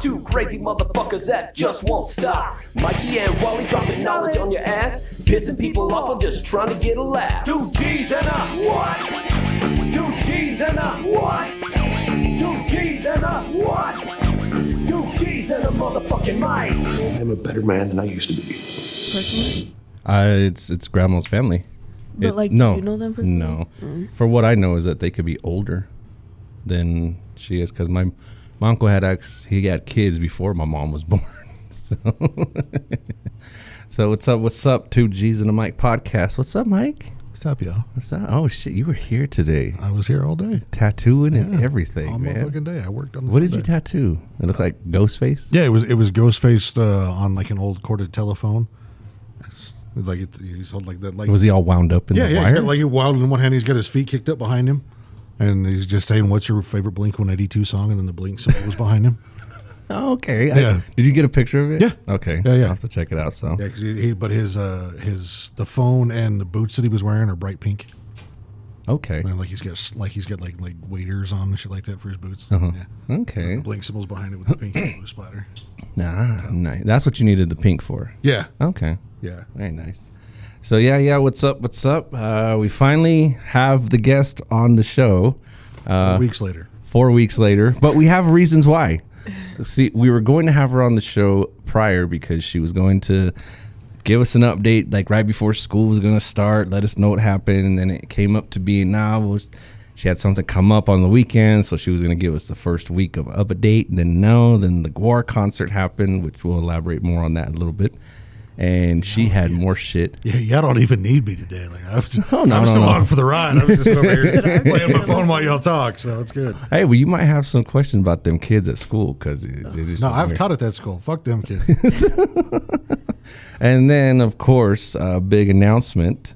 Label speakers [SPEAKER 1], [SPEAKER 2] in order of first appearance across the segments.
[SPEAKER 1] Two crazy motherfuckers that just won't stop. Mikey and Wally dropping knowledge on your ass. Pissing people off, I'm just trying to get a laugh. Two G's and a what? Two G's and a what? Two G's and a what? Two G's and a motherfucking mic.
[SPEAKER 2] I'm a better man than I used to be.
[SPEAKER 3] personally?
[SPEAKER 4] Uh, it's it's grandma's family.
[SPEAKER 3] But, like, do
[SPEAKER 4] no,
[SPEAKER 3] you know them personally? Mm.
[SPEAKER 4] No, for what I know is that they could be older than she is because my my uncle had ex he had kids before my mom was born. So, so what's up? What's up? Two G's in the mic podcast. What's up, Mike?
[SPEAKER 5] What's up, y'all?
[SPEAKER 4] What's up? Oh shit, you were here today,
[SPEAKER 5] I was here all day.
[SPEAKER 4] tattooing and
[SPEAKER 5] Yeah,
[SPEAKER 4] everything,
[SPEAKER 5] all
[SPEAKER 4] man.
[SPEAKER 5] motherfucking day. I worked on.
[SPEAKER 4] What did you
[SPEAKER 5] Sunday.
[SPEAKER 4] tattoo? It looked like Ghostface.
[SPEAKER 5] Yeah, it was it was Ghostface uh, on like an old corded telephone. It's Like it, he's holding like that. Like
[SPEAKER 4] Was he all wound up in
[SPEAKER 5] yeah,
[SPEAKER 4] the
[SPEAKER 5] yeah.
[SPEAKER 4] wire?
[SPEAKER 5] He's got, like he wild in one hand. He's got his feet kicked up behind him, and he's just saying, "What's your favorite Blink One Eighty Two song?" And then the Blink song was behind him.
[SPEAKER 4] Oh, okay. I-
[SPEAKER 5] Yeah.
[SPEAKER 4] did you get a picture of it?
[SPEAKER 5] Yeah.
[SPEAKER 4] Okay.
[SPEAKER 5] Yeah, yeah.
[SPEAKER 4] I'll have to check it out. So
[SPEAKER 5] Yeah, 'cause he, he, but his uh, his the phone and the boots that he was wearing are bright pink,
[SPEAKER 4] okay.
[SPEAKER 5] and like he's got s- like he's got like like waders on and shit like that for his boots. Yeah.
[SPEAKER 4] Uh-huh. Okay.
[SPEAKER 5] The Blink symbols behind it with the pink and blue splatter.
[SPEAKER 4] Nah, nice. That's what you needed the pink for.
[SPEAKER 5] Yeah,
[SPEAKER 4] Okay.
[SPEAKER 5] yeah.
[SPEAKER 4] Very nice. So yeah, yeah. What's up? What's up? Uh, we finally have the guest on the show
[SPEAKER 5] Weeks later.
[SPEAKER 4] four weeks later, but we have reasons why. See, we were going to have her on the show prior because she was going to give us an update, like right before school was going to start, let us know what happened, and then it came up to be now was she had something come up on the weekend, so she was going to give us the first week of update. And then no, then the Guar concert happened, which we'll elaborate more on that in a little bit. And she had more shit.
[SPEAKER 5] Oh, Yeah, y'all don't even need me today. Like I was,
[SPEAKER 4] No,
[SPEAKER 5] no,
[SPEAKER 4] no,
[SPEAKER 5] I was
[SPEAKER 4] no,
[SPEAKER 5] still
[SPEAKER 4] no.
[SPEAKER 5] on for the ride. I was just over here playing my phone while y'all talk, so it's good.
[SPEAKER 4] Hey, well, you might have some question about them kids at school because
[SPEAKER 5] No, I've taught at that school. Fuck them kids.
[SPEAKER 4] And then, of course, a big announcement.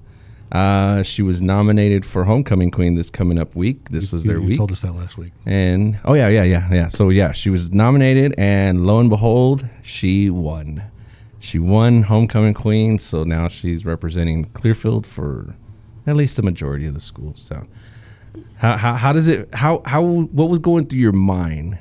[SPEAKER 4] Uh, she was nominated for Homecoming Queen this coming up week. This was
[SPEAKER 5] You-
[SPEAKER 4] their
[SPEAKER 5] you
[SPEAKER 4] week.
[SPEAKER 5] told us that last week.
[SPEAKER 4] And oh yeah, yeah, yeah, yeah. So yeah, she was nominated, and lo and behold, she won. She won Homecoming Queen, so now she's representing Clearfield for at least the majority of the school. So, how how, how does it how how what was going through your mind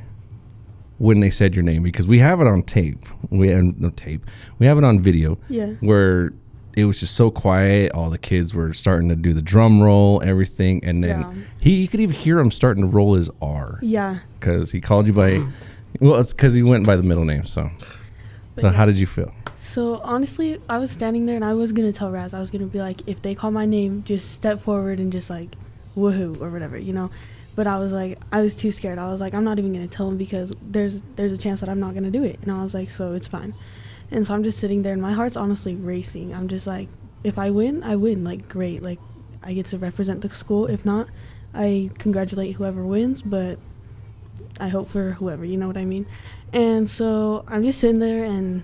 [SPEAKER 4] when they said your name? Because we have it on tape. We have no tape. We have it on video.
[SPEAKER 3] Yeah.
[SPEAKER 4] Where it was just so quiet. All the kids were starting to do the drum roll, everything, and then
[SPEAKER 3] Yeah.
[SPEAKER 4] he you could even hear him starting to roll his R
[SPEAKER 3] Yeah.
[SPEAKER 4] because he called you by, well, it's because he went by the middle name. So,
[SPEAKER 3] But
[SPEAKER 4] so
[SPEAKER 3] yeah.
[SPEAKER 4] how did you feel?
[SPEAKER 3] So honestly, I was standing there and I was gonna tell Raz. I was gonna be like, if they call my name, just step forward and just like, woohoo or whatever, you know. But I was like, I was too scared. I was like, I'm not even gonna tell him because there's there's a chance that I'm not gonna do it. And I was like, so it's fine. And so I'm just sitting there and my heart's honestly racing. I'm just like, if I win, I win. Like great. Like I get to represent the school. If not, I congratulate whoever wins. But I hope for whoever, you know what I mean? And so I'm just sitting there and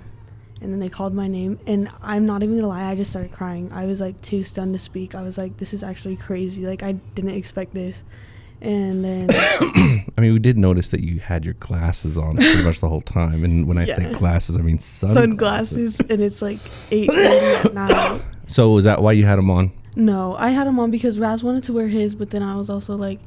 [SPEAKER 3] and then they called my name and I'm not even gonna lie, I just started crying. I was like too stunned to speak. I was like, This is actually crazy, like I didn't expect this. And then
[SPEAKER 4] I mean, we did notice that you had your glasses on pretty much the whole time, and when I say
[SPEAKER 3] Yeah.
[SPEAKER 4] glasses, I mean sunglasses.
[SPEAKER 3] sunglasses and it's like eight at night.
[SPEAKER 4] So is that why you had them on?
[SPEAKER 3] No, I had him on because Raz wanted to wear his, but then I was also like,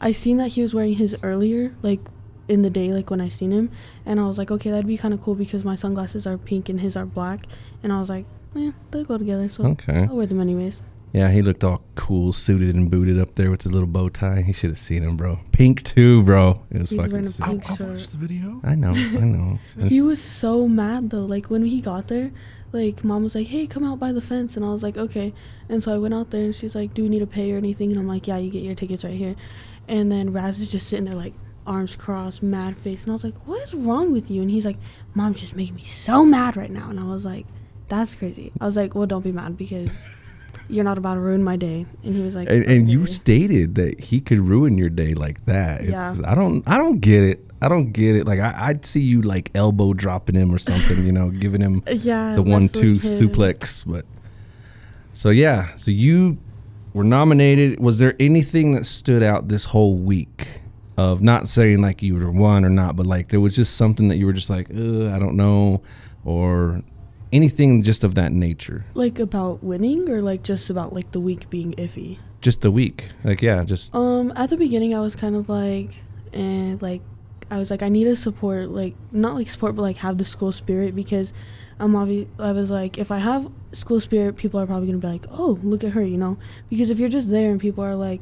[SPEAKER 3] I seen that he was wearing his earlier, like in the day, like when I seen him, and I was like, okay, that'd be kind of cool because my sunglasses are pink and his are black, and I was like, eh, they'll go together, so
[SPEAKER 4] Okay.
[SPEAKER 3] I'll wear them anyways.
[SPEAKER 4] Yeah, he looked all cool, suited and booted up there with his little bow tie. He should have seen him, bro. Pink too, bro. It was
[SPEAKER 3] He's
[SPEAKER 4] fucking.
[SPEAKER 3] wearing a
[SPEAKER 4] Sick.
[SPEAKER 3] pink
[SPEAKER 5] I
[SPEAKER 3] shirt.
[SPEAKER 5] watched the video.
[SPEAKER 4] I know, I know.
[SPEAKER 3] He was so mad though. Like when he got there, like mom was like, "Hey, come out by the fence," and I was like, "Okay." And so I went out there, and she's like, "Do we need to pay or anything?" And I'm like, "Yeah, you get your tickets right here." And then Raz is just sitting there like arms crossed, mad face, and I was like, "What is wrong with you?" And he's like, "Mom's just making me so mad right now," and I was like, "That's crazy." I was like, "Well, don't be mad because you're not about to ruin my day." And he was like,
[SPEAKER 4] and, and you
[SPEAKER 3] "Okay."
[SPEAKER 4] stated that he could ruin your day like that. It's,
[SPEAKER 3] Yeah.
[SPEAKER 4] I don't I don't get it. I don't get it. Like I, I'd see you like elbow dropping him or something, you know, giving him
[SPEAKER 3] yeah,
[SPEAKER 4] the one
[SPEAKER 3] that's
[SPEAKER 4] two
[SPEAKER 3] like him.
[SPEAKER 4] suplex. But so yeah, so you were nominated. Was there anything that stood out this whole week? Of not saying like you were one or not, but like there was just something that you were just like, Ugh, I don't know, or anything just of that nature.
[SPEAKER 3] Like about winning or like just about like the week being iffy. Oh.
[SPEAKER 4] Just the week, like yeah, just
[SPEAKER 3] Um, at the beginning, I was kind of like, and like, I was like, I need to support, like, not like support, but like have the school spirit because I'm obvi- I was like, if I have school spirit, people are probably gonna be like, oh, look at her, you know? Because if you're just there and people are like,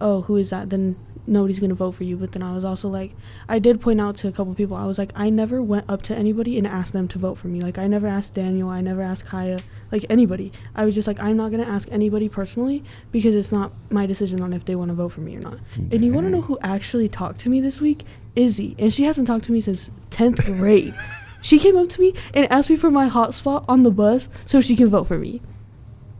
[SPEAKER 3] oh, who is that? Then nobody's gonna vote for you. But then I was also like, I did point out to a couple people, I was like, I never went up to anybody and asked them to vote for me. Like, I never asked Daniel, I never asked Kaya, like anybody. I was just like, I'm not gonna ask anybody personally because it's not my decision on if they wanna vote for me or not. And you wanna know who actually talked to me this week? Izzy. And she hasn't talked to me since 10th grade. She came up to me and asked me for my hotspot on the bus so she can vote for me.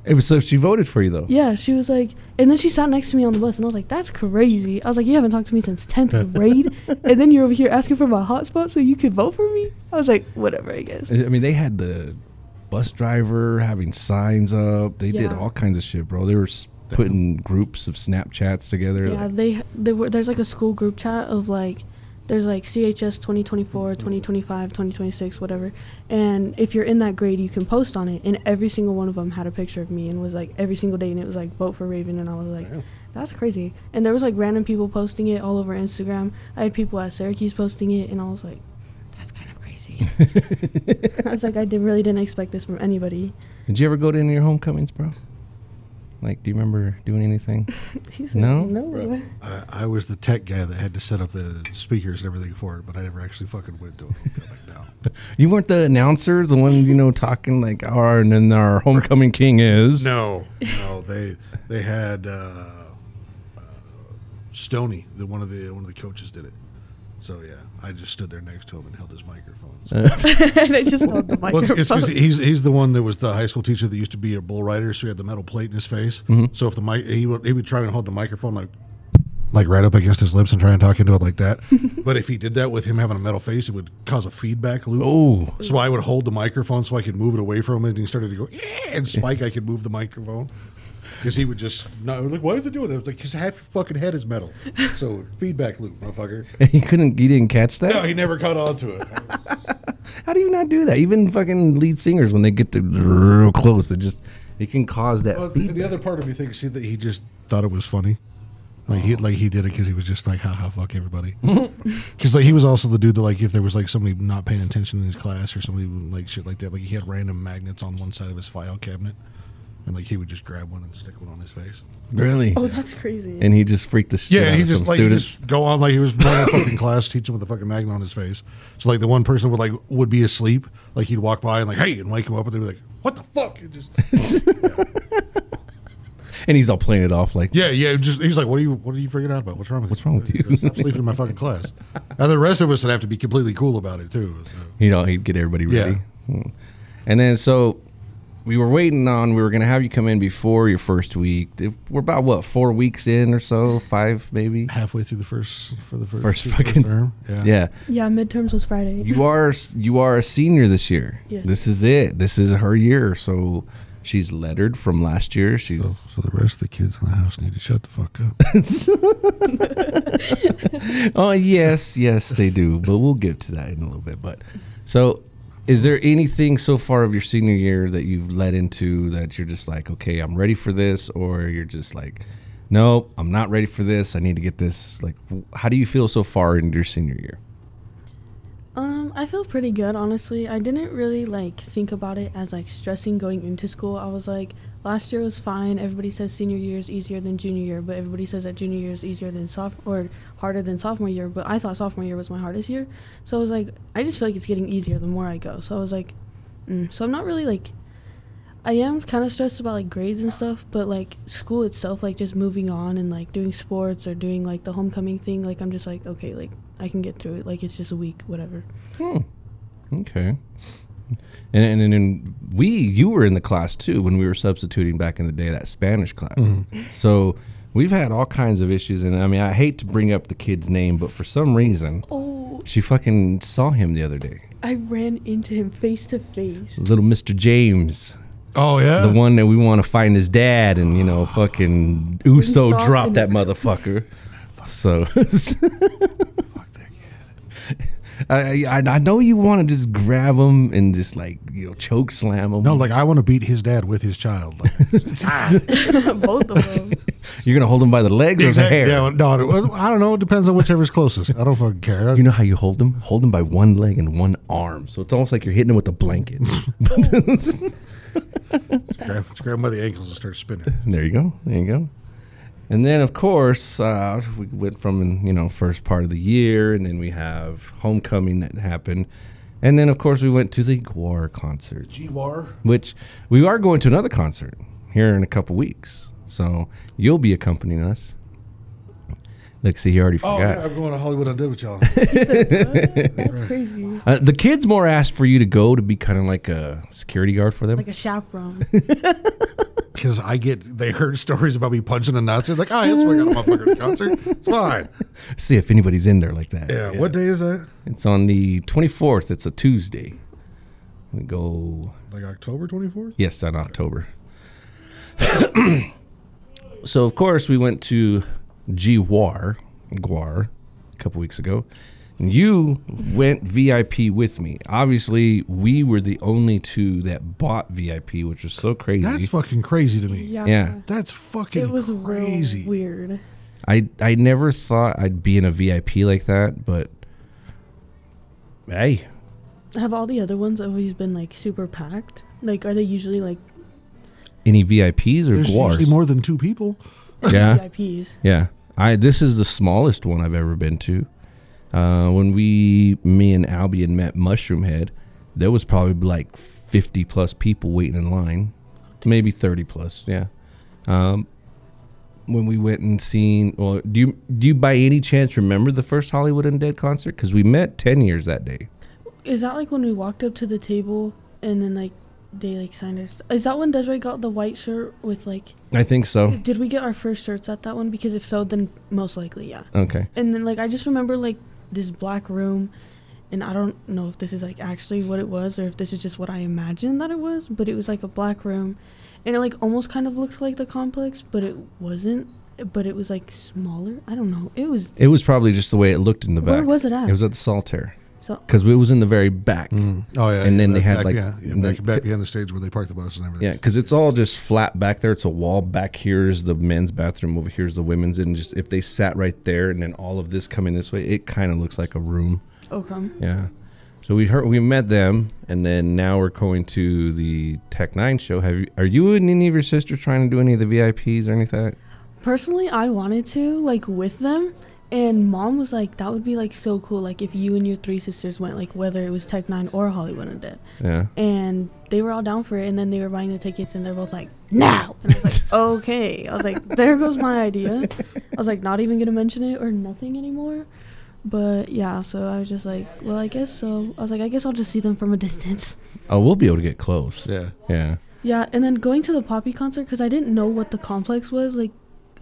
[SPEAKER 4] It was so she voted for you though.
[SPEAKER 3] Yeah, she was like, and then she sat next to me on the bus, and I was like, that's crazy. I was like, you haven't talked to me since 10th grade, and then you're over here asking for my hotspot so you could vote for me? I was like, whatever, I guess.
[SPEAKER 4] I mean, they had the bus driver having signs up. They did
[SPEAKER 3] Yeah.
[SPEAKER 4] all kinds of shit, bro. They were s- putting groups of Snapchats together.
[SPEAKER 3] Yeah,
[SPEAKER 4] like-
[SPEAKER 3] they, they were, there's like a school group chat of like, there's like CHS 2024,
[SPEAKER 4] Mm-hmm.
[SPEAKER 3] 2025, 2026, whatever. And if you're in that grade, you can post on it. And every single one of them had a picture of me and was like, every single day. And it was like, vote for Raven. And I was like, that's crazy. And there was like random people posting it all over Instagram. I had people at Syracuse posting it. And I was like, that's kind of crazy. I was like, I did, really didn't expect this from anybody.
[SPEAKER 4] did you ever go to any of your homecomings, bro? Like, do you remember doing anything?
[SPEAKER 3] He's
[SPEAKER 4] No?
[SPEAKER 3] Like, no.
[SPEAKER 5] I, I was the tech guy that had to set up the speakers and everything for it, but I never actually fucking went to it. Like, no.
[SPEAKER 4] You weren't the announcer, the one you know talking like, "Our and then our homecoming king is."
[SPEAKER 5] No, no, they they had uh, uh, Stony, the one of the one of the coaches did it. So yeah, I just stood there next to him and held his microphone. So-
[SPEAKER 3] and I just held the
[SPEAKER 5] Well, it's,
[SPEAKER 3] microphone.
[SPEAKER 5] it's 'cause he's he's the one that was the high school teacher that used to be a bull rider, so he had the metal plate in his face. So if the mic, he would, he would try and hold the microphone like like right up against his lips and try and talk into it like that. but if he did that with him having a metal face, it would cause a feedback loop.
[SPEAKER 4] Oh,
[SPEAKER 5] So I would hold the microphone so I could move it away from him, and he started to go, yeah, and Spike, I could move the microphone. Because he would just, no, like, why is it doing that? I was like, his half your fucking head is metal. So feedback loop, motherfucker.
[SPEAKER 4] he couldn't. He didn't catch that.
[SPEAKER 5] No, he never caught on to it.
[SPEAKER 4] How do you not do that? Even fucking lead singers, when they get to real close, it just it can cause that.
[SPEAKER 5] Well, Oh, the,
[SPEAKER 4] feedback.
[SPEAKER 5] the other part of me thinks see, that he just thought it was funny. Like he like he did it because he was just like, ha ha, fuck everybody. Because like he was also the dude that like if there was like somebody not paying attention in his class or somebody would, like shit like that, like he had random magnets on one side of his file cabinet, and like he would just grab one and stick one on his face.
[SPEAKER 4] really.
[SPEAKER 3] oh, that's crazy.
[SPEAKER 4] And he just freaked the shit
[SPEAKER 5] Yeah,
[SPEAKER 4] out
[SPEAKER 5] he
[SPEAKER 4] of
[SPEAKER 5] just
[SPEAKER 4] some
[SPEAKER 5] like he
[SPEAKER 4] students.
[SPEAKER 5] just go on like he was running a fucking class teaching with a fucking magnet on his face. So like the one person would like would be asleep, like he'd walk by and like hey and wake him up and they'd be like, what the fuck? And just
[SPEAKER 4] and he's all playing it off like,
[SPEAKER 5] Yeah, yeah. Just he's like, "What are you? What are you freaking out about? What's wrong with
[SPEAKER 4] What's
[SPEAKER 5] you?
[SPEAKER 4] wrong with you?"
[SPEAKER 5] Stop sleeping in my fucking class." And the rest of us would have to be completely cool about it too. so.
[SPEAKER 4] you know, he'd get everybody
[SPEAKER 5] Yeah.
[SPEAKER 4] ready. Mm. And then so we were waiting on. We were gonna have you come in before your first week. If we're about what four weeks in or so, five maybe.
[SPEAKER 5] Halfway through the first for the first,
[SPEAKER 4] First
[SPEAKER 5] the
[SPEAKER 4] fucking-
[SPEAKER 5] term, yeah.
[SPEAKER 4] Yeah.
[SPEAKER 3] Yeah, midterms was Friday.
[SPEAKER 4] you are you are a senior this year.
[SPEAKER 3] Yes.
[SPEAKER 4] This is it. This is her year. So she's lettered from last year. She's
[SPEAKER 5] So the rest of the kids in the house need to shut the fuck up.
[SPEAKER 4] oh yes, yes they do. But we'll get to that in a little bit. But so, is there anything so far of your senior year that you've led into that you're just like, okay, I'm ready for this, or you're just like, nope, I'm not ready for this. I need to get this. Like, w- how do you feel so far into your senior year?
[SPEAKER 3] Um, I feel pretty good, honestly. I didn't really like think about it as like stressing going into school. I was like, last year was fine. Everybody says senior year is easier than junior year, but everybody says that junior year is easier than soph or harder than sophomore year. But I thought sophomore year was my hardest year, so I was like, I just feel like it's getting easier the more I go. So I was like, mm. so I'm not really like, I am kind of stressed about like grades and stuff, but like school itself, like just moving on and like doing sports or doing like the homecoming thing. Like I'm just like, okay, like I can get through it. Like it's just a week, whatever.
[SPEAKER 4] Okay. And, and and and we you were in the class too when we were substituting back in the day that Spanish class. So we've had all kinds of issues and I mean I hate to bring up the kid's name but for some reason
[SPEAKER 3] Oh,
[SPEAKER 4] she fucking saw him the other day.
[SPEAKER 3] I ran into him face to face.
[SPEAKER 4] Little Mr. James,
[SPEAKER 5] Oh yeah,
[SPEAKER 4] the one that we want to find his dad and you know fucking Uso
[SPEAKER 3] saw
[SPEAKER 4] dropped
[SPEAKER 3] him.
[SPEAKER 4] that motherfucker. So I, I I know you want to just grab him and just like you know choke slam him.
[SPEAKER 5] No, like I want to beat his dad with his child. Like,
[SPEAKER 3] Both of them.
[SPEAKER 4] You're gonna hold him by the legs or the
[SPEAKER 5] Exact-
[SPEAKER 4] hair.
[SPEAKER 5] Yeah, well, no, it- well, I don't know. It depends on whichever's closest. I don't fucking care.
[SPEAKER 4] You know how you hold them? Hold them by one leg and one arm. So it's almost like you're hitting them with a blanket.
[SPEAKER 5] grab, just grab 'em by the ankles and start spinning.
[SPEAKER 4] there you go. There you go. And then, of course, uh, we went from you know first part of the year, and then we have homecoming that happened, and then of course we went to the Guar concert.
[SPEAKER 5] G-War.
[SPEAKER 4] which we are going to another concert here in a couple weeks. So you'll be accompanying us. Look, see, he already
[SPEAKER 5] Oh,
[SPEAKER 4] forgot.
[SPEAKER 5] yeah, I'm going to Hollywood Undid with y'all.
[SPEAKER 3] That's crazy.
[SPEAKER 4] Uh, the kids more asked for you to go to be kind of like a security guard for them.
[SPEAKER 3] Like a chaperone.
[SPEAKER 5] Because I get, they heard stories about me punching a Nazi. Like, oh, that's why I got a motherfucking concert. It's fine.
[SPEAKER 4] see if anybody's in there like that.
[SPEAKER 5] Yeah, What day is that?
[SPEAKER 4] It's on the 24th. It's a Tuesday. We go,
[SPEAKER 5] Like October 24th?
[SPEAKER 4] yes, on October. so, of course, we went to Gwar, Gwar, a couple weeks ago. And you went VIP with me. Obviously, we were the only two that bought VIP, which was so crazy.
[SPEAKER 5] That's fucking crazy to me.
[SPEAKER 4] yeah.
[SPEAKER 5] That's fucking
[SPEAKER 3] It was
[SPEAKER 5] crazy.
[SPEAKER 3] real weird.
[SPEAKER 4] I I never thought I'd be in a VIP like that, but hey,
[SPEAKER 3] Have all the other ones always been like super packed? Like, are they usually like
[SPEAKER 4] any VIPs or
[SPEAKER 5] There's
[SPEAKER 4] guars?
[SPEAKER 5] usually more than two people.
[SPEAKER 4] yeah,
[SPEAKER 3] VIPs?
[SPEAKER 4] yeah. I this is the smallest one I've ever been to. Uh, when we, me and Albion met Mushroom Head, there was probably like fifty plus people waiting in line, maybe thirty plus. Yeah. Um, when we went and seen, well, do you do you by any chance remember the first Hollywood Undead concert? Because we met ten years that day.
[SPEAKER 3] Is that like when we walked up to the table and then like they like signed us? Is that when Desiree got the white shirt with like?
[SPEAKER 4] I think so.
[SPEAKER 3] Did we get our first shirts at that one? Because if so, then most likely yeah.
[SPEAKER 4] Okay.
[SPEAKER 3] And then like I just remember like this black room, and I don't know if this is like actually what it was or if this is just what I imagined that it was, but it was like a black room, and it like almost kind of looked like the complex, but it wasn't. But it was like smaller. I don't know. It was
[SPEAKER 4] It was probably just the way it looked in the back.
[SPEAKER 3] Where was it at?
[SPEAKER 4] It was at the Saltaire.
[SPEAKER 3] so
[SPEAKER 4] Because it was in the very back.
[SPEAKER 5] Oh, yeah.
[SPEAKER 4] And
[SPEAKER 5] yeah,
[SPEAKER 4] then they
[SPEAKER 5] back-
[SPEAKER 4] had,
[SPEAKER 5] back-
[SPEAKER 4] like,
[SPEAKER 5] Yeah, yeah,
[SPEAKER 4] and
[SPEAKER 5] back,
[SPEAKER 4] then-
[SPEAKER 5] back behind the stage where they park the buses and everything.
[SPEAKER 4] Yeah, because it's all just flat back there. It's a wall back here is the men's bathroom. Over here is the women's. And just if they sat right there and then all of this coming this way, it kind of looks like a room.
[SPEAKER 3] okay.
[SPEAKER 4] Yeah. So we heard we met them, and then now we're going to the Tech Nine show. Have you, are you and any of your sisters trying to do any of the VIPs or anything? Like that?
[SPEAKER 3] Personally, I wanted to like with them, and mom was like, "That would be like so cool, like if you and your three sisters went, like whether it was Tech Nine or Hollywood Undead."
[SPEAKER 4] Yeah.
[SPEAKER 3] And they were all down for it, and then they were buying the tickets, and they're both like, "Now!" And I was like, "Okay." I was like, "There goes my idea." I was like, "Not even gonna mention it or nothing anymore." But yeah, so I was just like, "Well, I guess so." I was like, "I guess I'll just see them from a distance."
[SPEAKER 4] Oh, we'll be able to get close.
[SPEAKER 5] Yeah.
[SPEAKER 4] Yeah.
[SPEAKER 3] Yeah, and then going to the Poppy concert because I didn't know what the complex was. Like,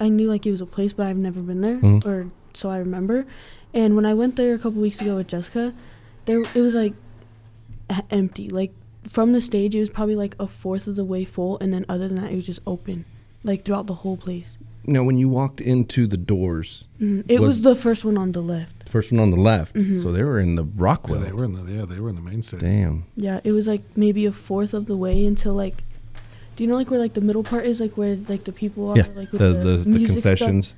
[SPEAKER 3] I knew like it was a place, but I've never been there,
[SPEAKER 4] Mm-hmm.
[SPEAKER 3] or so I remember. And when I went there a couple weeks ago with Jessica, there it was like e- empty. Like from the stage, it was probably like a fourth of the way full, and then other than that, it was just open, like throughout the whole place.
[SPEAKER 4] Now, when you walked into the doors,
[SPEAKER 3] It was,
[SPEAKER 4] Mm-hmm. Was- Mm-hmm.
[SPEAKER 3] the first one on the left.
[SPEAKER 4] first one on the left, so they were in the
[SPEAKER 5] Yeah,
[SPEAKER 4] Rockwell.
[SPEAKER 5] they were in the yeah they were in the main stage.
[SPEAKER 4] Damn.
[SPEAKER 3] Yeah, it was like maybe a fourth of the way until like. Do you know like where like the middle part is, like where like the people are,
[SPEAKER 4] Yeah,
[SPEAKER 3] like
[SPEAKER 4] the, Oh, the, the,
[SPEAKER 3] music stuff?
[SPEAKER 4] concessions.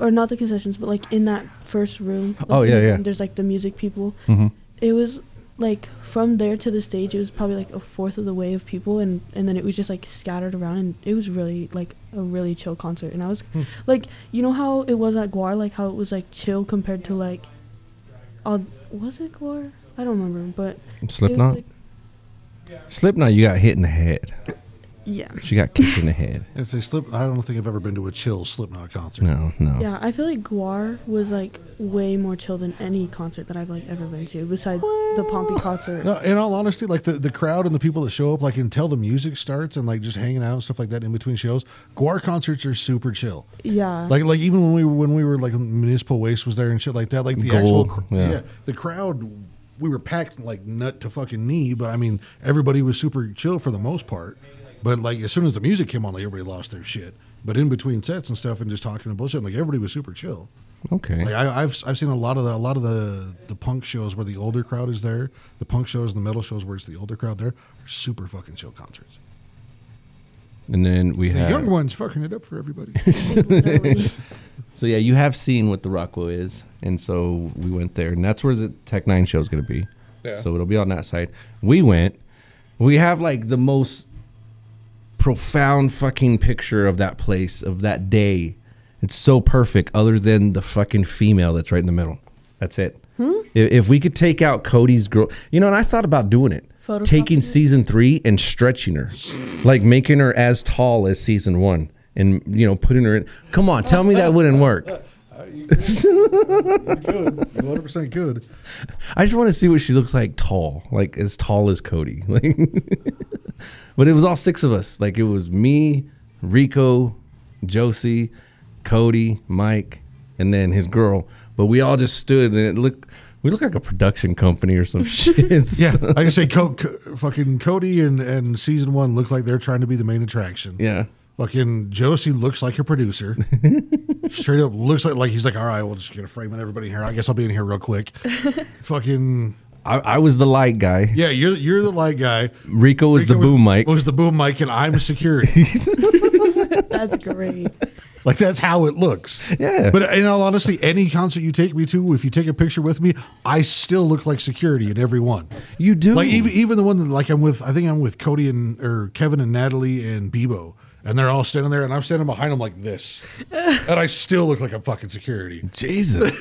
[SPEAKER 3] or not the concessions, but like in that first room. like,
[SPEAKER 4] Oh, yeah,
[SPEAKER 3] in the-
[SPEAKER 4] yeah.
[SPEAKER 3] There's like the music people.
[SPEAKER 4] Mhm.
[SPEAKER 3] It was like from there to the stage, it was probably like a fourth of the way of people, and and then it was just like scattered around, and it was really like a really chill concert. And I was
[SPEAKER 4] Hmm.
[SPEAKER 3] like, you know how it was at Guar, like how it was like chill compared to like, uh, was it Guar? I don't remember, but it was
[SPEAKER 4] Slipknot.
[SPEAKER 3] like,
[SPEAKER 4] Slipknot, you got hit in the head.
[SPEAKER 3] yeah.
[SPEAKER 4] She got kicked in the head.
[SPEAKER 5] If they slip, I don't think I've ever been to a chill Slipknot concert.
[SPEAKER 4] No, no.
[SPEAKER 3] Yeah, I feel like Guar was like way more chill than any concert that I've like ever been to, besides the Pompey concert.
[SPEAKER 5] No, in all honesty, like the, the crowd and the people that show up, like until the music starts and like just hanging out and stuff like that in between shows, Guar concerts are super chill.
[SPEAKER 3] Yeah.
[SPEAKER 5] Like like even when we were when we were like municipal waste was there and shit like that, like the actual
[SPEAKER 4] Gold,
[SPEAKER 5] cr-
[SPEAKER 4] yeah.
[SPEAKER 5] yeah. the crowd we were packed like nut to fucking knee, but I mean everybody was super chill for the most part. But like as soon as the music came on, like everybody lost their shit. But in between sets and stuff and just talking and bullshit, like everybody was super chill.
[SPEAKER 4] Okay.
[SPEAKER 5] Like I, I've I've seen a lot of the a lot of the the punk shows where the older crowd is there, the punk shows and the metal shows where it's the older crowd there, are super fucking chill concerts.
[SPEAKER 4] And then we
[SPEAKER 5] The
[SPEAKER 4] have
[SPEAKER 5] young one's fucking it up for everybody.
[SPEAKER 3] Literally.
[SPEAKER 4] So yeah, you have seen what the Rockwell is, and so we went there, and that's where the Tech Nine show is going to be.
[SPEAKER 5] Yeah.
[SPEAKER 4] So it'll be on that side. We went. We have like the most profound fucking picture of that place of that day. It's so perfect, other than the fucking female that's right in the middle. That's it. If, if we could take out Cody's girl, you know, and I thought about doing it,
[SPEAKER 3] Photocopy
[SPEAKER 4] taking
[SPEAKER 3] it?
[SPEAKER 4] season three and stretching her, like making her as tall as season one, and you know, putting her in. Come on, tell me that wouldn't work.
[SPEAKER 5] good. 100% good.
[SPEAKER 4] I just want to see what she looks like tall, like as tall as Cody. Like, but it was all six of us. Like it was me, Rico, Josie, Cody, Mike, and then his girl. But we all just stood and it looked. We look like a production company or some shit.
[SPEAKER 5] Yeah, like I say, Co- Co- fucking Cody and, and season one look like they're trying to be the main attraction.
[SPEAKER 4] yeah.
[SPEAKER 5] Fucking Josie looks like her producer. Straight up looks like like he's like, all right, we'll just get a frame on everybody here. I guess I'll be in here real quick. Fucking
[SPEAKER 4] I, I was the light guy.
[SPEAKER 5] yeah, you're you're the light guy.
[SPEAKER 4] Rico was the
[SPEAKER 5] Rico
[SPEAKER 4] boom mic.
[SPEAKER 5] Was the boom mic, and I'm security.
[SPEAKER 3] That's great.
[SPEAKER 5] like that's how it looks.
[SPEAKER 4] Yeah.
[SPEAKER 5] But in all honesty, any concert you take me to, if you take a picture with me, I still look like security in every one.
[SPEAKER 4] You do.
[SPEAKER 5] Like even even the one that like I'm with, I think I'm with Cody and or Kevin and Natalie and Bebo, and they're all standing there, and I'm standing behind them like this, and I still look like I'm fucking security.
[SPEAKER 4] Jesus.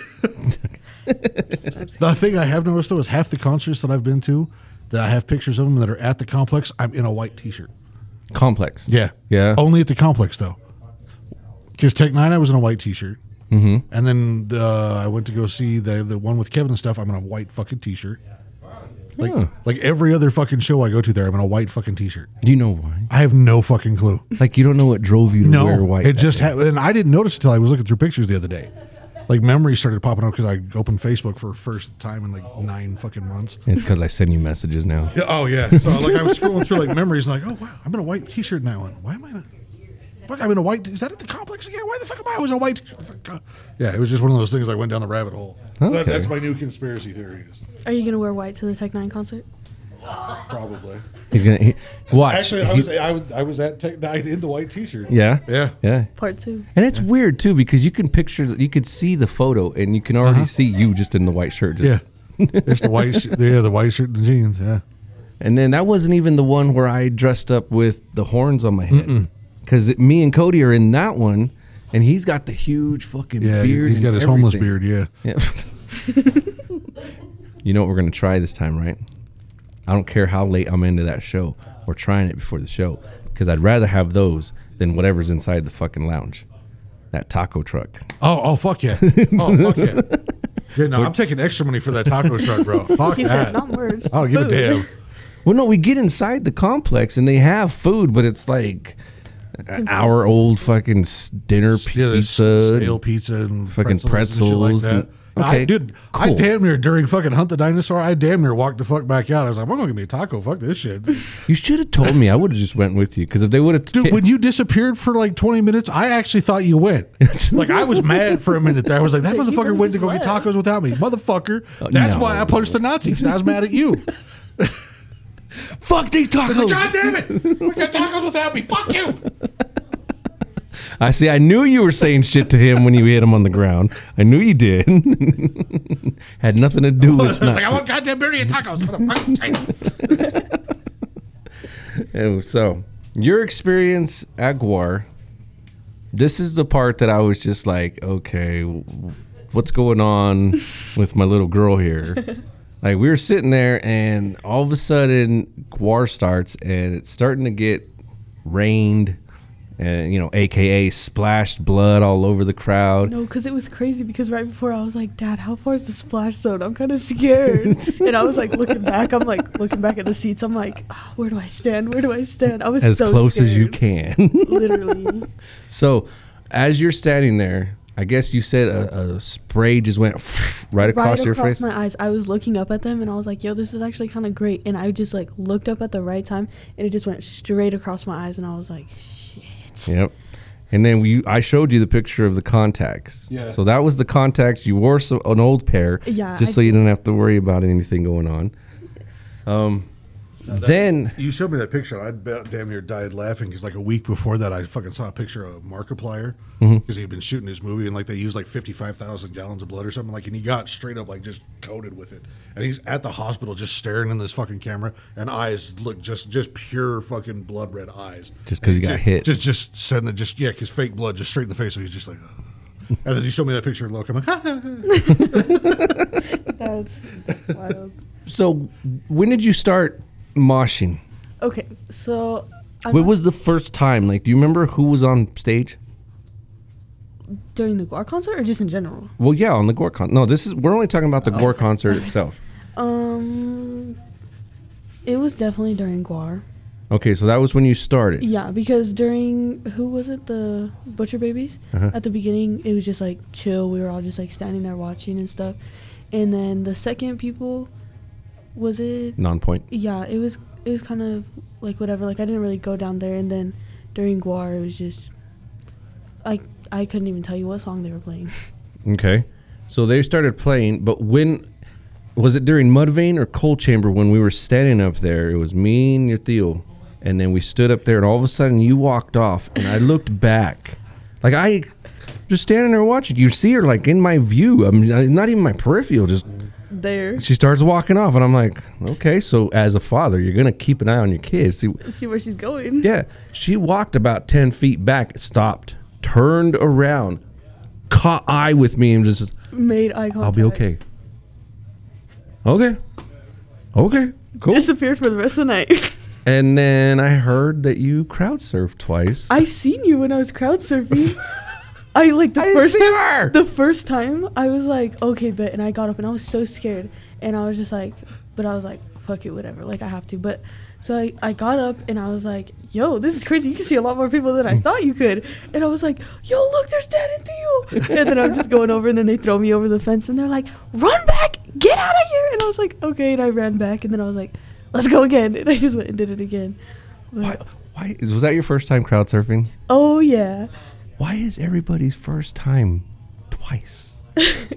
[SPEAKER 5] The thing I have noticed though is half the concerts that I've been to, that I have pictures of them that are at the complex, I'm in a white T-shirt.
[SPEAKER 4] Complex.
[SPEAKER 5] Yeah, Oh.
[SPEAKER 4] Yeah.
[SPEAKER 5] Only at the complex though, because Tech Nine I was in a white T-shirt, mm-hmm. and then the, I went to go see the the one with Kevin and stuff. I'm in a white fucking T-shirt. Like, like every other fucking show I go to there, I'm in a white fucking T-shirt.
[SPEAKER 4] Do you know why?
[SPEAKER 5] I have no fucking clue.
[SPEAKER 4] Like you don't know what drove you to wear white.
[SPEAKER 5] It
[SPEAKER 4] that
[SPEAKER 5] just
[SPEAKER 4] day.
[SPEAKER 5] happened, and I didn't notice until I was looking through pictures the other day. Like memories started popping up because I opened Facebook for the first time in like nine fucking months.
[SPEAKER 4] It's because I send you messages now.
[SPEAKER 5] Yeah, oh yeah. So like I was scrolling through like memories, and like oh wow, I'm in a white T-shirt now. And why am I? Not, fuck, I'm in a white. Is that at the complex again? Why the fuck am I always in a white? T-shirt? Fuck, God. Yeah, it was just one of those things. I went down the rabbit hole. That-
[SPEAKER 4] Okay.
[SPEAKER 5] that's my new conspiracy theory. Is
[SPEAKER 3] Are you gonna wear white to the Tech Nine concert?
[SPEAKER 5] probably.
[SPEAKER 4] He's gonna he, watch.
[SPEAKER 5] Actually, I
[SPEAKER 4] He-
[SPEAKER 5] was I was I was at Tech Nine in the white T-shirt.
[SPEAKER 4] Yeah.
[SPEAKER 5] Yeah.
[SPEAKER 4] Yeah.
[SPEAKER 3] Part two.
[SPEAKER 4] And it's weird too because you can picture, you could see the photo, and you can already see you just in the white shirt. just-
[SPEAKER 5] Uh-huh. Yeah. There's the white. sh- Yeah, the white shirt and jeans. Yeah.
[SPEAKER 4] And then that wasn't even the one where I dressed up with the horns on my head, because me and Cody are in that one, and he's got the huge fucking
[SPEAKER 5] Yeah, he-
[SPEAKER 4] beard.
[SPEAKER 5] he's got
[SPEAKER 4] and
[SPEAKER 5] his homeless
[SPEAKER 4] everything.
[SPEAKER 5] beard. Yeah,
[SPEAKER 4] Yeah. you know what we're gonna try this time, right? I don't care how late I'm into that show. We're trying it before the show because I'd rather have those than whatever's inside the fucking lounge, that taco truck.
[SPEAKER 5] Oh, oh, fuck yeah. Oh, fuck yeah. Yeah, no, I'm taking extra money for that taco truck, bro. Fuck
[SPEAKER 3] He said
[SPEAKER 5] that.
[SPEAKER 3] not words.
[SPEAKER 4] Oh.
[SPEAKER 5] I don't give a
[SPEAKER 3] Food.
[SPEAKER 5] damn.
[SPEAKER 4] Well, no, we get inside the complex and they have food, but it's like an hour old fucking s- dinner
[SPEAKER 5] Yeah, there's
[SPEAKER 4] pizza.
[SPEAKER 5] stale pizza and
[SPEAKER 4] fucking
[SPEAKER 5] and
[SPEAKER 4] pretzels
[SPEAKER 5] shit like
[SPEAKER 4] and-
[SPEAKER 5] that. I,
[SPEAKER 4] okay,
[SPEAKER 5] dude, I
[SPEAKER 4] cool.
[SPEAKER 5] damn near during fucking hunt the dinosaur. I damn near walked the fuck back out. I was like, I'm gonna give me a taco. Fuck this shit, dude.
[SPEAKER 4] You should have told me. I would have just went with you because if they would have,
[SPEAKER 5] When you disappeared for like 20 minutes, I actually thought you went. like I was mad for a minute there. I was like, that
[SPEAKER 3] You
[SPEAKER 5] motherfucker
[SPEAKER 3] would've
[SPEAKER 5] went to
[SPEAKER 3] just
[SPEAKER 5] go get
[SPEAKER 3] left.
[SPEAKER 5] tacos without me, motherfucker. That's
[SPEAKER 4] no.
[SPEAKER 5] why I punched the Nazi because I was mad at you.
[SPEAKER 4] fuck these tacos.
[SPEAKER 5] God damn it! We got tacos without me. Fuck you.
[SPEAKER 4] I see. I knew you were saying shit to him when you hit him on the ground. I knew you did. Had nothing to do with
[SPEAKER 5] like I
[SPEAKER 4] nothing.
[SPEAKER 5] want goddamn birria tacos. Motherfucker.
[SPEAKER 4] Oh, So your experience at Guar. This is the part that I was just like, okay, w- what's going on with my little girl here? Like we were sitting there, and all of a sudden, Guar starts, and it's starting to get rained, and you know, AKA splashed blood all over the crowd.
[SPEAKER 3] No, because it was crazy. Because right before I was like, Dad, how far is the splash zone? I'm kind of scared. and I was like looking back. I'm like looking back at the seats. I'm like, "Ah, where do I stand? Where do I stand? I was
[SPEAKER 4] As
[SPEAKER 3] so
[SPEAKER 4] close as you
[SPEAKER 3] scared,
[SPEAKER 4] can.
[SPEAKER 3] Literally.
[SPEAKER 4] So, as you're standing there, I guess you said a, a spray just went right across
[SPEAKER 3] right
[SPEAKER 4] your
[SPEAKER 3] across
[SPEAKER 4] face.
[SPEAKER 3] my eyes. I was looking up at them and I was like, yo, this is actually kind of great. And I just like looked up at the right time and it just went straight across my eyes. And I was like, shit.
[SPEAKER 4] yep. And then we, I showed you the picture of the contacts.
[SPEAKER 5] Yeah.
[SPEAKER 4] So that was the contacts. You wore so, an old pair.
[SPEAKER 3] Yeah,
[SPEAKER 4] Just
[SPEAKER 3] I
[SPEAKER 4] so you didn't have to worry about anything going on. Um, Then
[SPEAKER 5] You showed me that picture. and I about damn near died laughing because like a week before that, I fucking saw a picture of Markiplier
[SPEAKER 4] Mm-hmm.
[SPEAKER 5] because he had been shooting his movie and like they used like fifty five thousand gallons of blood or something like, and he got straight up like just coated with it, and he's at the hospital just staring in this fucking camera, and eyes look just just pure fucking blood red eyes.
[SPEAKER 4] Just 'cause he got
[SPEAKER 5] just,
[SPEAKER 4] hit.
[SPEAKER 5] Just just sending just yeah, because fake blood just straight in the face. So he's just like. "Ugh." And then you showed me that picture of Loke. I'm like,
[SPEAKER 3] That's wild.
[SPEAKER 4] so when did you start moshing?
[SPEAKER 3] Okay, so I'm
[SPEAKER 4] When was the first time? Like, do you remember who was on stage?
[SPEAKER 3] during the Guar concert or just in general?
[SPEAKER 4] Well, yeah, on the Gore concert. No, this is we're only talking about the
[SPEAKER 3] Oh.
[SPEAKER 4] Gore concert itself.
[SPEAKER 3] Um, it was definitely during Guar.
[SPEAKER 4] Okay, so that was when you started.
[SPEAKER 3] Yeah, because during who was it? The Butcher Babies. At the beginning, it was just like chill. We were all just like standing there watching and stuff. And then the second people, was it?
[SPEAKER 4] Non-point.
[SPEAKER 3] Yeah, it was. It was kind of like whatever. Like I didn't really go down there. And then during Guar, it was just like I couldn't even tell you what song they were playing.
[SPEAKER 4] Okay, so they started playing, but when was it during Mudvayne or Cold Chamber when we were standing up there? It was me and your Theo, and then we stood up there, and all of a sudden you walked off, and I looked back, like I just standing there watching. You see her like in my view. I'm mean, not even my peripheral, just.
[SPEAKER 3] there,
[SPEAKER 4] she starts walking off, and I'm like, okay, so as a father, you're gonna keep an eye on your kids. See,
[SPEAKER 3] see where she's going.
[SPEAKER 4] yeah, she walked about ten feet back, stopped, turned around, caught eye with me, and just, says,
[SPEAKER 3] Made eye contact.
[SPEAKER 4] I'll be okay. Okay, okay, cool.
[SPEAKER 3] Disappeared for the rest of the night.
[SPEAKER 4] and then I heard that you crowd surfed twice.
[SPEAKER 3] I seen you when I was crowd surfing. I like the
[SPEAKER 4] I didn't
[SPEAKER 3] first
[SPEAKER 4] see her.
[SPEAKER 3] the first time I was like, okay, but and I got up and I was so scared and I was just like, but I was like, fuck it, whatever, like I have to. But so I, I got up and I was like, yo, this is crazy. You can see a lot more people than I thought you could. And I was like, yo, look, there's Dad and Theo. And then I'm just going over and then they throw me over the fence and they're like, run back, get out of here. And I was like, okay. And I ran back and then I was like, let's go again. And I just went and did it again. But-
[SPEAKER 4] why, why was that your first time crowd surfing?
[SPEAKER 3] oh yeah.
[SPEAKER 4] Why is everybody's first time twice?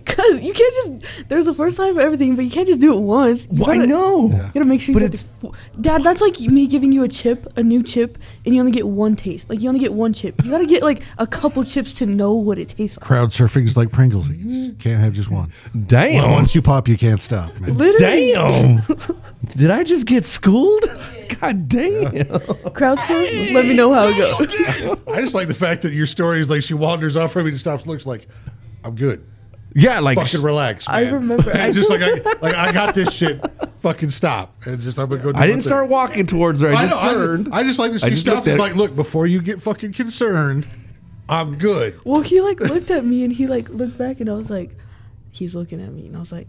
[SPEAKER 3] Cause you can't just there's a first time for everything, but you can't just do it once. You
[SPEAKER 4] Well, I
[SPEAKER 3] gotta-
[SPEAKER 4] know.
[SPEAKER 3] You gotta make sure.
[SPEAKER 4] But
[SPEAKER 3] you get
[SPEAKER 4] it's-
[SPEAKER 3] the, f- Dad. That's like me giving you a chip, a new chip, and you only get one taste. Like you only get one chip. You gotta get like a couple chips to know what it tastes like.
[SPEAKER 5] crowd surfing is like Pringles. You can't have just one.
[SPEAKER 4] Damn.
[SPEAKER 5] Once you pop, you can't stop, man.
[SPEAKER 3] Literally,
[SPEAKER 4] Damn! Did I just get schooled? God damn!
[SPEAKER 3] crowd surf. Let me know how it goes.
[SPEAKER 5] I just like the fact that your story is like she wanders off from me and stops, looks like I'm good.
[SPEAKER 4] Yeah, like
[SPEAKER 5] Fucking relax. Man.
[SPEAKER 3] I remember- I-
[SPEAKER 5] just like I, like I got this shit. Fucking stop. And just I'm gonna go. do
[SPEAKER 4] I didn't
[SPEAKER 5] my thing.
[SPEAKER 4] start walking towards her. I,
[SPEAKER 5] I,
[SPEAKER 4] just
[SPEAKER 5] know, I,
[SPEAKER 4] turned.
[SPEAKER 5] I just like that
[SPEAKER 4] I
[SPEAKER 5] she
[SPEAKER 4] just looked
[SPEAKER 5] stopped. And
[SPEAKER 4] at
[SPEAKER 5] like, look, before you get fucking concerned, I'm good.
[SPEAKER 3] Well, he like looked at me and he like looked back and I was like, he's looking at me and I was like,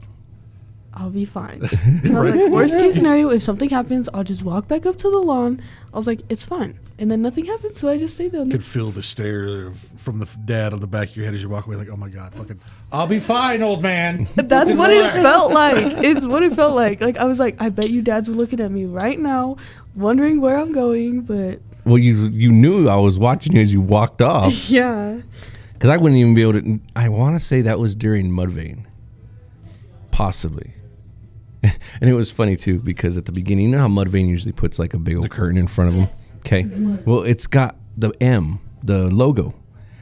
[SPEAKER 3] I'll be fine. And I was like, worst case scenario, if something happens, I'll just walk back up to the lawn. I was like, it's fine. And then nothing happened, so I just stayed there.
[SPEAKER 5] You could feel the stare of- from the dad on the back of your head as you walk away. Like, oh my god, fucking, I'll be fine, old man.
[SPEAKER 3] That's
[SPEAKER 5] Fucking
[SPEAKER 3] what it
[SPEAKER 5] relax.
[SPEAKER 3] felt like. It's what it felt like. Like I was like, I bet you dads were looking at me right now, wondering where I'm going, but
[SPEAKER 4] well, you you knew I was watching you as you walked off
[SPEAKER 3] yeah.
[SPEAKER 4] because I wouldn't even be able to. I want to say that was during Mudvayne, possibly. And it was funny too because at the beginning, you know how Mudvayne usually puts like a big old curtain in front of them. Okay, well, it's got the M, the logo,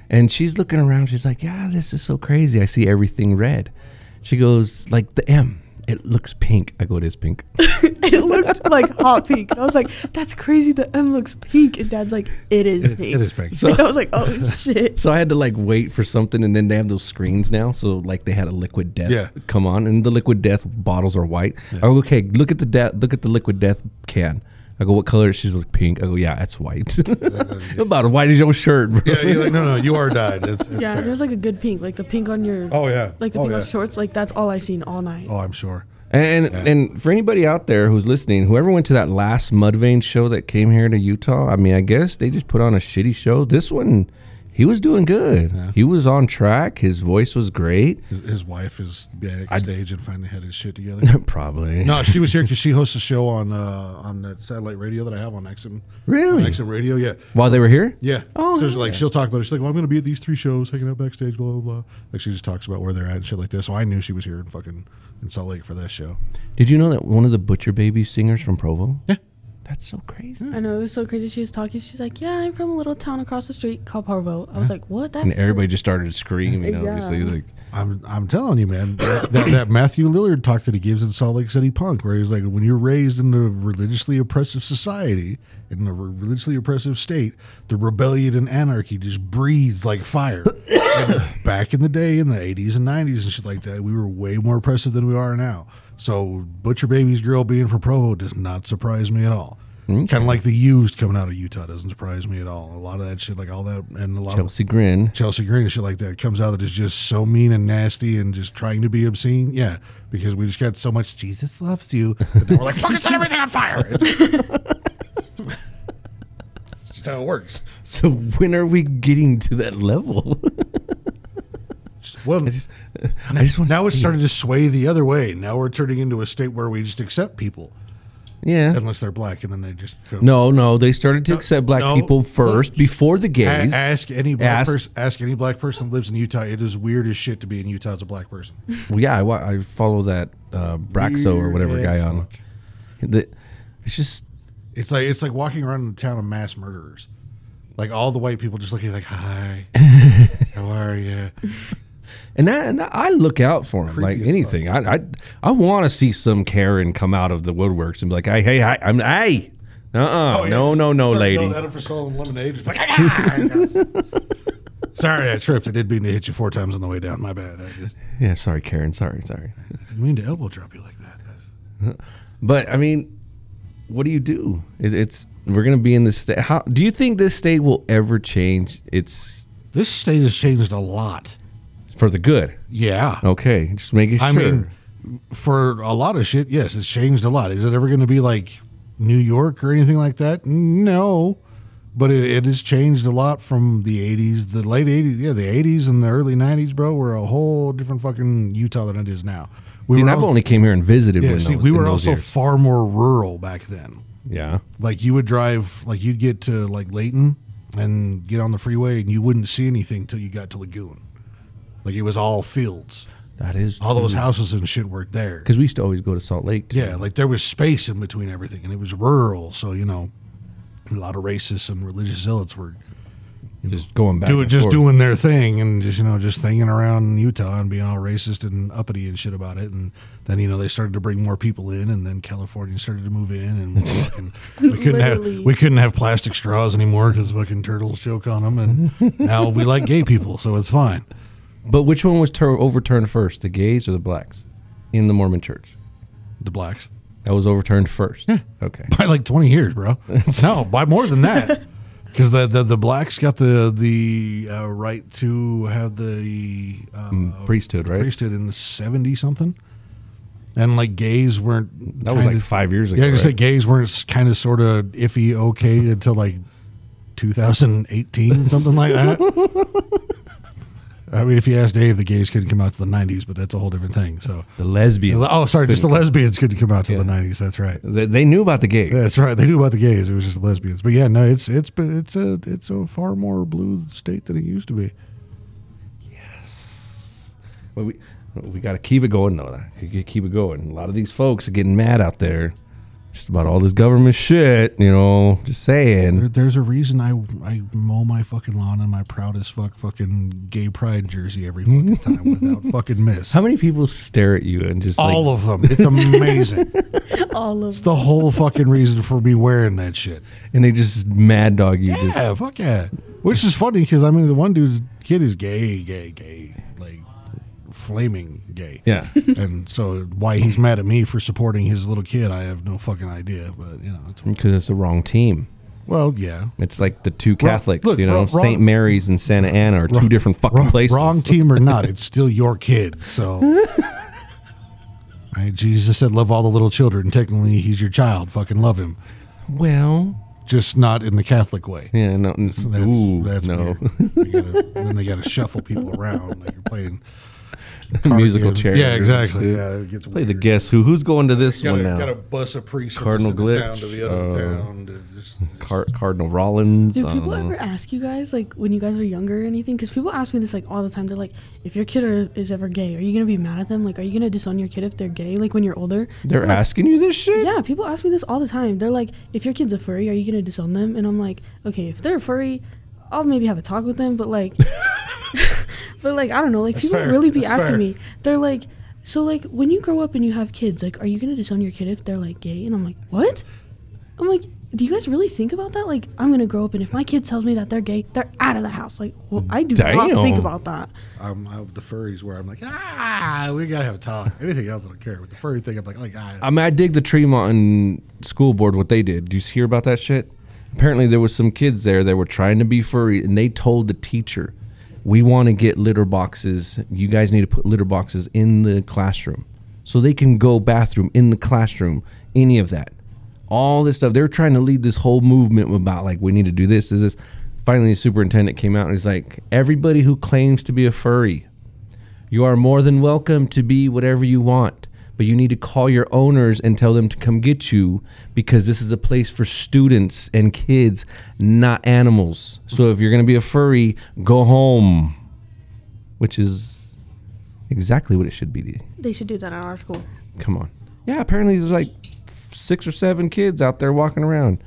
[SPEAKER 4] and she's looking around. She's like, "Yeah, this is so crazy. I see everything red." She goes, "Like the M, it looks pink." I go, "It is pink."
[SPEAKER 3] It looked like hot pink. And I was like, that's crazy. The M looks pink. And dad's like, it is pink.
[SPEAKER 5] It is pink.
[SPEAKER 4] So-
[SPEAKER 3] And I was like, oh shit.
[SPEAKER 4] So I had to like wait for something, and then they have those screens now. So like they had a liquid death
[SPEAKER 5] Yeah.
[SPEAKER 4] come on, and the liquid death bottles are white. I go, okay, look at the death, look at the liquid death can. I go, what color? is it?" She's like pink. I go, yeah, it's white. About as white as your shirt, bro.
[SPEAKER 5] Yeah, you're like, no, no, you are died. That's, that's
[SPEAKER 3] Yeah,
[SPEAKER 5] fair.
[SPEAKER 3] there's like a good pink, like the pink on your
[SPEAKER 5] Oh, yeah.
[SPEAKER 3] like the
[SPEAKER 5] Oh,
[SPEAKER 3] pink on
[SPEAKER 5] yeah.
[SPEAKER 3] shorts. Like that's all I seen all night.
[SPEAKER 5] Oh, I'm sure.
[SPEAKER 4] And and for anybody out there who's listening, whoever went to that last Mudvayne show that came here to Utah, I mean, I guess they just put on a shitty show. This one, he was doing good. He was on track. His voice was great.
[SPEAKER 5] His, his wife is backstage and finally had his shit together.
[SPEAKER 4] Probably.
[SPEAKER 5] no, she was here because she hosts a show on uh, on that satellite radio that I have on XM.
[SPEAKER 4] Really?
[SPEAKER 5] On XM radio, yeah.
[SPEAKER 4] While they were here.
[SPEAKER 5] Yeah.
[SPEAKER 4] Oh,
[SPEAKER 5] so she's like, she'll talk about it. She's like, well, I'm going to be at these three shows, hanging out backstage, blah, blah, blah. Like, she just talks about where they're at and shit like this. So I knew she was here in fucking in Salt Lake for this show.
[SPEAKER 4] Did you know that one of the Butcher Baby singers from Provo? Yeah. That's so crazy.
[SPEAKER 3] I know it was so crazy. She was talking. She's like, "Yeah, I'm from a little town across the street called Parvo." I was like, "What?" That
[SPEAKER 4] And everybody just started screaming.
[SPEAKER 3] Yeah.
[SPEAKER 4] Obviously, like
[SPEAKER 5] I'm I'm telling you, man, that, that, that Matthew Lillard talk that he gives in Salt Lake City Punk, where he's like, when you're raised in a religiously oppressive society, in a re- religiously oppressive state, the rebellion and anarchy just breathe like fire. And back in the day, in the 80s and 90s and shit like that, we were way more oppressive than we are now. So Butcher Baby's girl being for Provo does not surprise me at all. Kind of like the used coming out of Utah doesn't surprise me at all. A lot of that shit, like all that, and a lot of
[SPEAKER 4] Chelsea Grin.
[SPEAKER 5] Chelsea Green and shit like that comes out that is just so mean and nasty and just trying to be obscene. Yeah, because we just got so much Jesus loves you. But now we're like, fucking set everything on fire. It's it's just how it works.
[SPEAKER 4] So when are we getting to that level?
[SPEAKER 5] Well,
[SPEAKER 4] I just, I just want
[SPEAKER 5] now
[SPEAKER 4] to
[SPEAKER 5] it's
[SPEAKER 4] see.
[SPEAKER 5] starting to sway the other way. Now we're turning into a state where we just accept people
[SPEAKER 4] Yeah.
[SPEAKER 5] unless they're black, and then they just feel,
[SPEAKER 4] No, no, they started to
[SPEAKER 5] No,
[SPEAKER 4] accept black
[SPEAKER 5] no.
[SPEAKER 4] people first before the
[SPEAKER 5] A-
[SPEAKER 4] gays.
[SPEAKER 5] ask any black
[SPEAKER 4] Ask-
[SPEAKER 5] person. Ask any black person that lives in Utah. It is weird as shit to be in Utah as a black person.
[SPEAKER 4] Well, yeah, I, wa- I follow that uh, Braxo or
[SPEAKER 5] Weird
[SPEAKER 4] whatever
[SPEAKER 5] as
[SPEAKER 4] guy on.
[SPEAKER 5] fuck.
[SPEAKER 4] The, it's just
[SPEAKER 5] It's like it's like walking around in the town of mass murderers. Like all the white people just look at you like, "Hi, how are you?"
[SPEAKER 4] And I, and I look out for him like
[SPEAKER 5] as
[SPEAKER 4] anything. I I, I want to see some Karen come out of the woodworks and be like, hey, hey, hi, I'm hey, uh,
[SPEAKER 5] Oh,
[SPEAKER 4] uh no, no, no, lady.
[SPEAKER 5] for selling lemonade. Just like, "Ah!" Sorry, I tripped. I did mean to hit you four times on the way down. My bad. I just
[SPEAKER 4] Yeah, sorry, Karen. Sorry, sorry.
[SPEAKER 5] didn't mean to elbow drop you like that.
[SPEAKER 4] But I mean, what do you do? It's, it's we're gonna be in this state. How do you think this state will ever change? It's
[SPEAKER 5] This state has changed a lot. Oh,
[SPEAKER 4] for the good.
[SPEAKER 5] Yeah.
[SPEAKER 4] Okay, just making sure.
[SPEAKER 5] I mean, for a lot of shit, yes, it's changed a lot. Is it ever going to be like New York or anything like that? No, but it, it has changed a lot from the '80s, the late '80s, yeah, the '80s and the early '90s, bro. We're a whole different fucking Utah than it is now. We
[SPEAKER 4] Dude,
[SPEAKER 5] were
[SPEAKER 4] I've
[SPEAKER 5] al-
[SPEAKER 4] only came here and visited.
[SPEAKER 5] yeah,
[SPEAKER 4] when
[SPEAKER 5] see,
[SPEAKER 4] those-
[SPEAKER 5] we
[SPEAKER 4] in
[SPEAKER 5] were
[SPEAKER 4] those
[SPEAKER 5] also
[SPEAKER 4] years.
[SPEAKER 5] far more rural back then
[SPEAKER 4] yeah.
[SPEAKER 5] like you would drive like you'd get to like Layton and get on the freeway and you wouldn't see anything till you got to Lagoon. Like it was all fields.
[SPEAKER 4] That is
[SPEAKER 5] All those houses and shit were there.
[SPEAKER 4] because we used to always go to Salt Lake. too.
[SPEAKER 5] Yeah, like there was space in between everything and it was rural, so you know a lot of racists and religious zealots were
[SPEAKER 4] just going back.
[SPEAKER 5] do
[SPEAKER 4] and
[SPEAKER 5] just
[SPEAKER 4] forth.
[SPEAKER 5] doing their thing and just you know just thinging around Utah and being all racist and uppity and shit about it and then you know they started to bring more people in and then California started to move in and fucking, we couldn't have
[SPEAKER 3] Literally.
[SPEAKER 5] we couldn't have plastic straws anymore because fucking turtles choke on them and now we like gay people so it's fine
[SPEAKER 4] But which one was tur overturned first, the gays or the blacks in the Mormon church?
[SPEAKER 5] the blacks
[SPEAKER 4] That was overturned first. Okay.
[SPEAKER 5] by like 20 years, bro. No, by more than that. Because the, the the blacks got the the uh, right to have the uh,
[SPEAKER 4] Priesthood, right?
[SPEAKER 5] priesthood in the 70 something, and like gays weren't.
[SPEAKER 4] That was
[SPEAKER 5] kinda-
[SPEAKER 4] like five years ago.
[SPEAKER 5] Yeah, I
[SPEAKER 4] right?
[SPEAKER 5] said gays weren't kind of sort of iffy okay until like 2018 something like that. I mean, if you ask Dave, the gays couldn't come out to the 90s, but that's a whole different thing. So,
[SPEAKER 4] the lesbian.
[SPEAKER 5] oh, sorry, just the lesbians couldn't come out to
[SPEAKER 4] Yeah.
[SPEAKER 5] the 90s. That's right.
[SPEAKER 4] They, they knew about the gays.
[SPEAKER 5] Yeah, That's right. They knew about the gays. It was just lesbians. But yeah, no, it's it's been it's a it's a far more blue state than it used to be.
[SPEAKER 4] But we we got to keep it going though. You gotta Keep it going. A lot of these folks are getting mad out there, just about all this government shit. You know, just
[SPEAKER 5] There,
[SPEAKER 4] saying.
[SPEAKER 5] there's a reason I I mow my fucking lawn in my proudest fuck fucking gay pride jersey every fucking time without fucking miss.
[SPEAKER 4] How many people stare at you and just
[SPEAKER 5] All
[SPEAKER 4] like,
[SPEAKER 5] of them. It's amazing.
[SPEAKER 3] all of
[SPEAKER 5] the whole fucking reason for me wearing that shit.
[SPEAKER 4] and they just mad dog you? Just
[SPEAKER 5] Yeah, fuck yeah. Which is funny because I mean the one dude's kid is gay, gay, gay, like flaming gay.
[SPEAKER 4] yeah.
[SPEAKER 5] and so why he's mad at me for supporting his little kid, I have no fucking idea. But you know, it's,
[SPEAKER 4] Because it's the wrong team.
[SPEAKER 5] well, yeah.
[SPEAKER 4] It's like the two Catholics,
[SPEAKER 5] look,
[SPEAKER 4] you know,
[SPEAKER 5] wrong-
[SPEAKER 4] St. Mary's and Santa Ana are two different fucking
[SPEAKER 5] Wrong,
[SPEAKER 4] places.
[SPEAKER 5] wrong team or not, it's still your kid. So, right? Jesus said, "Love all the little children." Technically, he's your child. Fucking love him,
[SPEAKER 4] Well,
[SPEAKER 5] just not in the Catholic way.
[SPEAKER 4] yeah, no,
[SPEAKER 5] That's,
[SPEAKER 4] ooh,
[SPEAKER 5] that's
[SPEAKER 4] no.
[SPEAKER 5] weird. You gotta- then they got to shuffle people around like you're playing
[SPEAKER 4] musical chair.
[SPEAKER 5] Yeah, exactly. Yeah, it gets
[SPEAKER 4] Play the
[SPEAKER 5] weird.
[SPEAKER 4] guess who. Who's going to this
[SPEAKER 5] Gotta,
[SPEAKER 4] one now?
[SPEAKER 5] gotta bus a priest from
[SPEAKER 4] Cardinal
[SPEAKER 5] this end of
[SPEAKER 4] Glitch,
[SPEAKER 5] town to the other
[SPEAKER 4] uh,
[SPEAKER 5] town. to just-
[SPEAKER 4] Car- Cardinal Rollins. um,
[SPEAKER 3] Do
[SPEAKER 4] I
[SPEAKER 3] people
[SPEAKER 4] don't know.
[SPEAKER 3] ever ask you guys like when you guys were younger or anything? Because people ask me this like all the time. They're like, if your kid are, is ever gay, are you gonna be mad at them? Like, are you gonna disown your kid if they're gay? Like when you're older?
[SPEAKER 4] They're
[SPEAKER 3] I'm like,
[SPEAKER 4] asking you this shit.
[SPEAKER 3] Yeah, people ask me this all the time. They're like, if your kid's a furry, are you gonna disown them? And I'm like, okay, if they're a furry, I'll maybe have a talk with them. But like, but like, I don't know. Like people
[SPEAKER 5] fair.
[SPEAKER 3] really be
[SPEAKER 5] That's
[SPEAKER 3] asking
[SPEAKER 5] fair.
[SPEAKER 3] me. They're like, so like when you grow up and you have kids, like, are you gonna disown your kid if they're like gay? And I'm like, what? I'm like, do you guys really think about that? Like, I'm gonna grow up and if my kid tells me that they're gay, they're out of the house. Like, well, I do
[SPEAKER 4] Damn.
[SPEAKER 3] not think about that.
[SPEAKER 5] I'm I, the furries where I'm like, ah, we gotta have a talk. Anything else, I don't care. With the furry thing, I'm like, like ah,
[SPEAKER 4] I mean, I dig the Tremont School Board what they did. Do you hear about that shit? Apparently, there was some kids there that were trying to be furry, and they told the teacher, "We want to get litter boxes. You guys need to put litter boxes in the classroom, so they can go bathroom in the classroom. Any of that, all this stuff. They're trying to lead this whole movement about like we need to do this, this, this. Finally, the superintendent came out and he's like, "Everybody who claims to be a furry you are more than welcome to be whatever you want, but you need to call your owners and tell them to come get you because this is a place for students and kids, not animals. So if you're going to be a furry, go home, which is exactly what it should be.
[SPEAKER 3] They should do that at our school.
[SPEAKER 4] Come on. Yeah, apparently there's like six or seven kids out there walking around.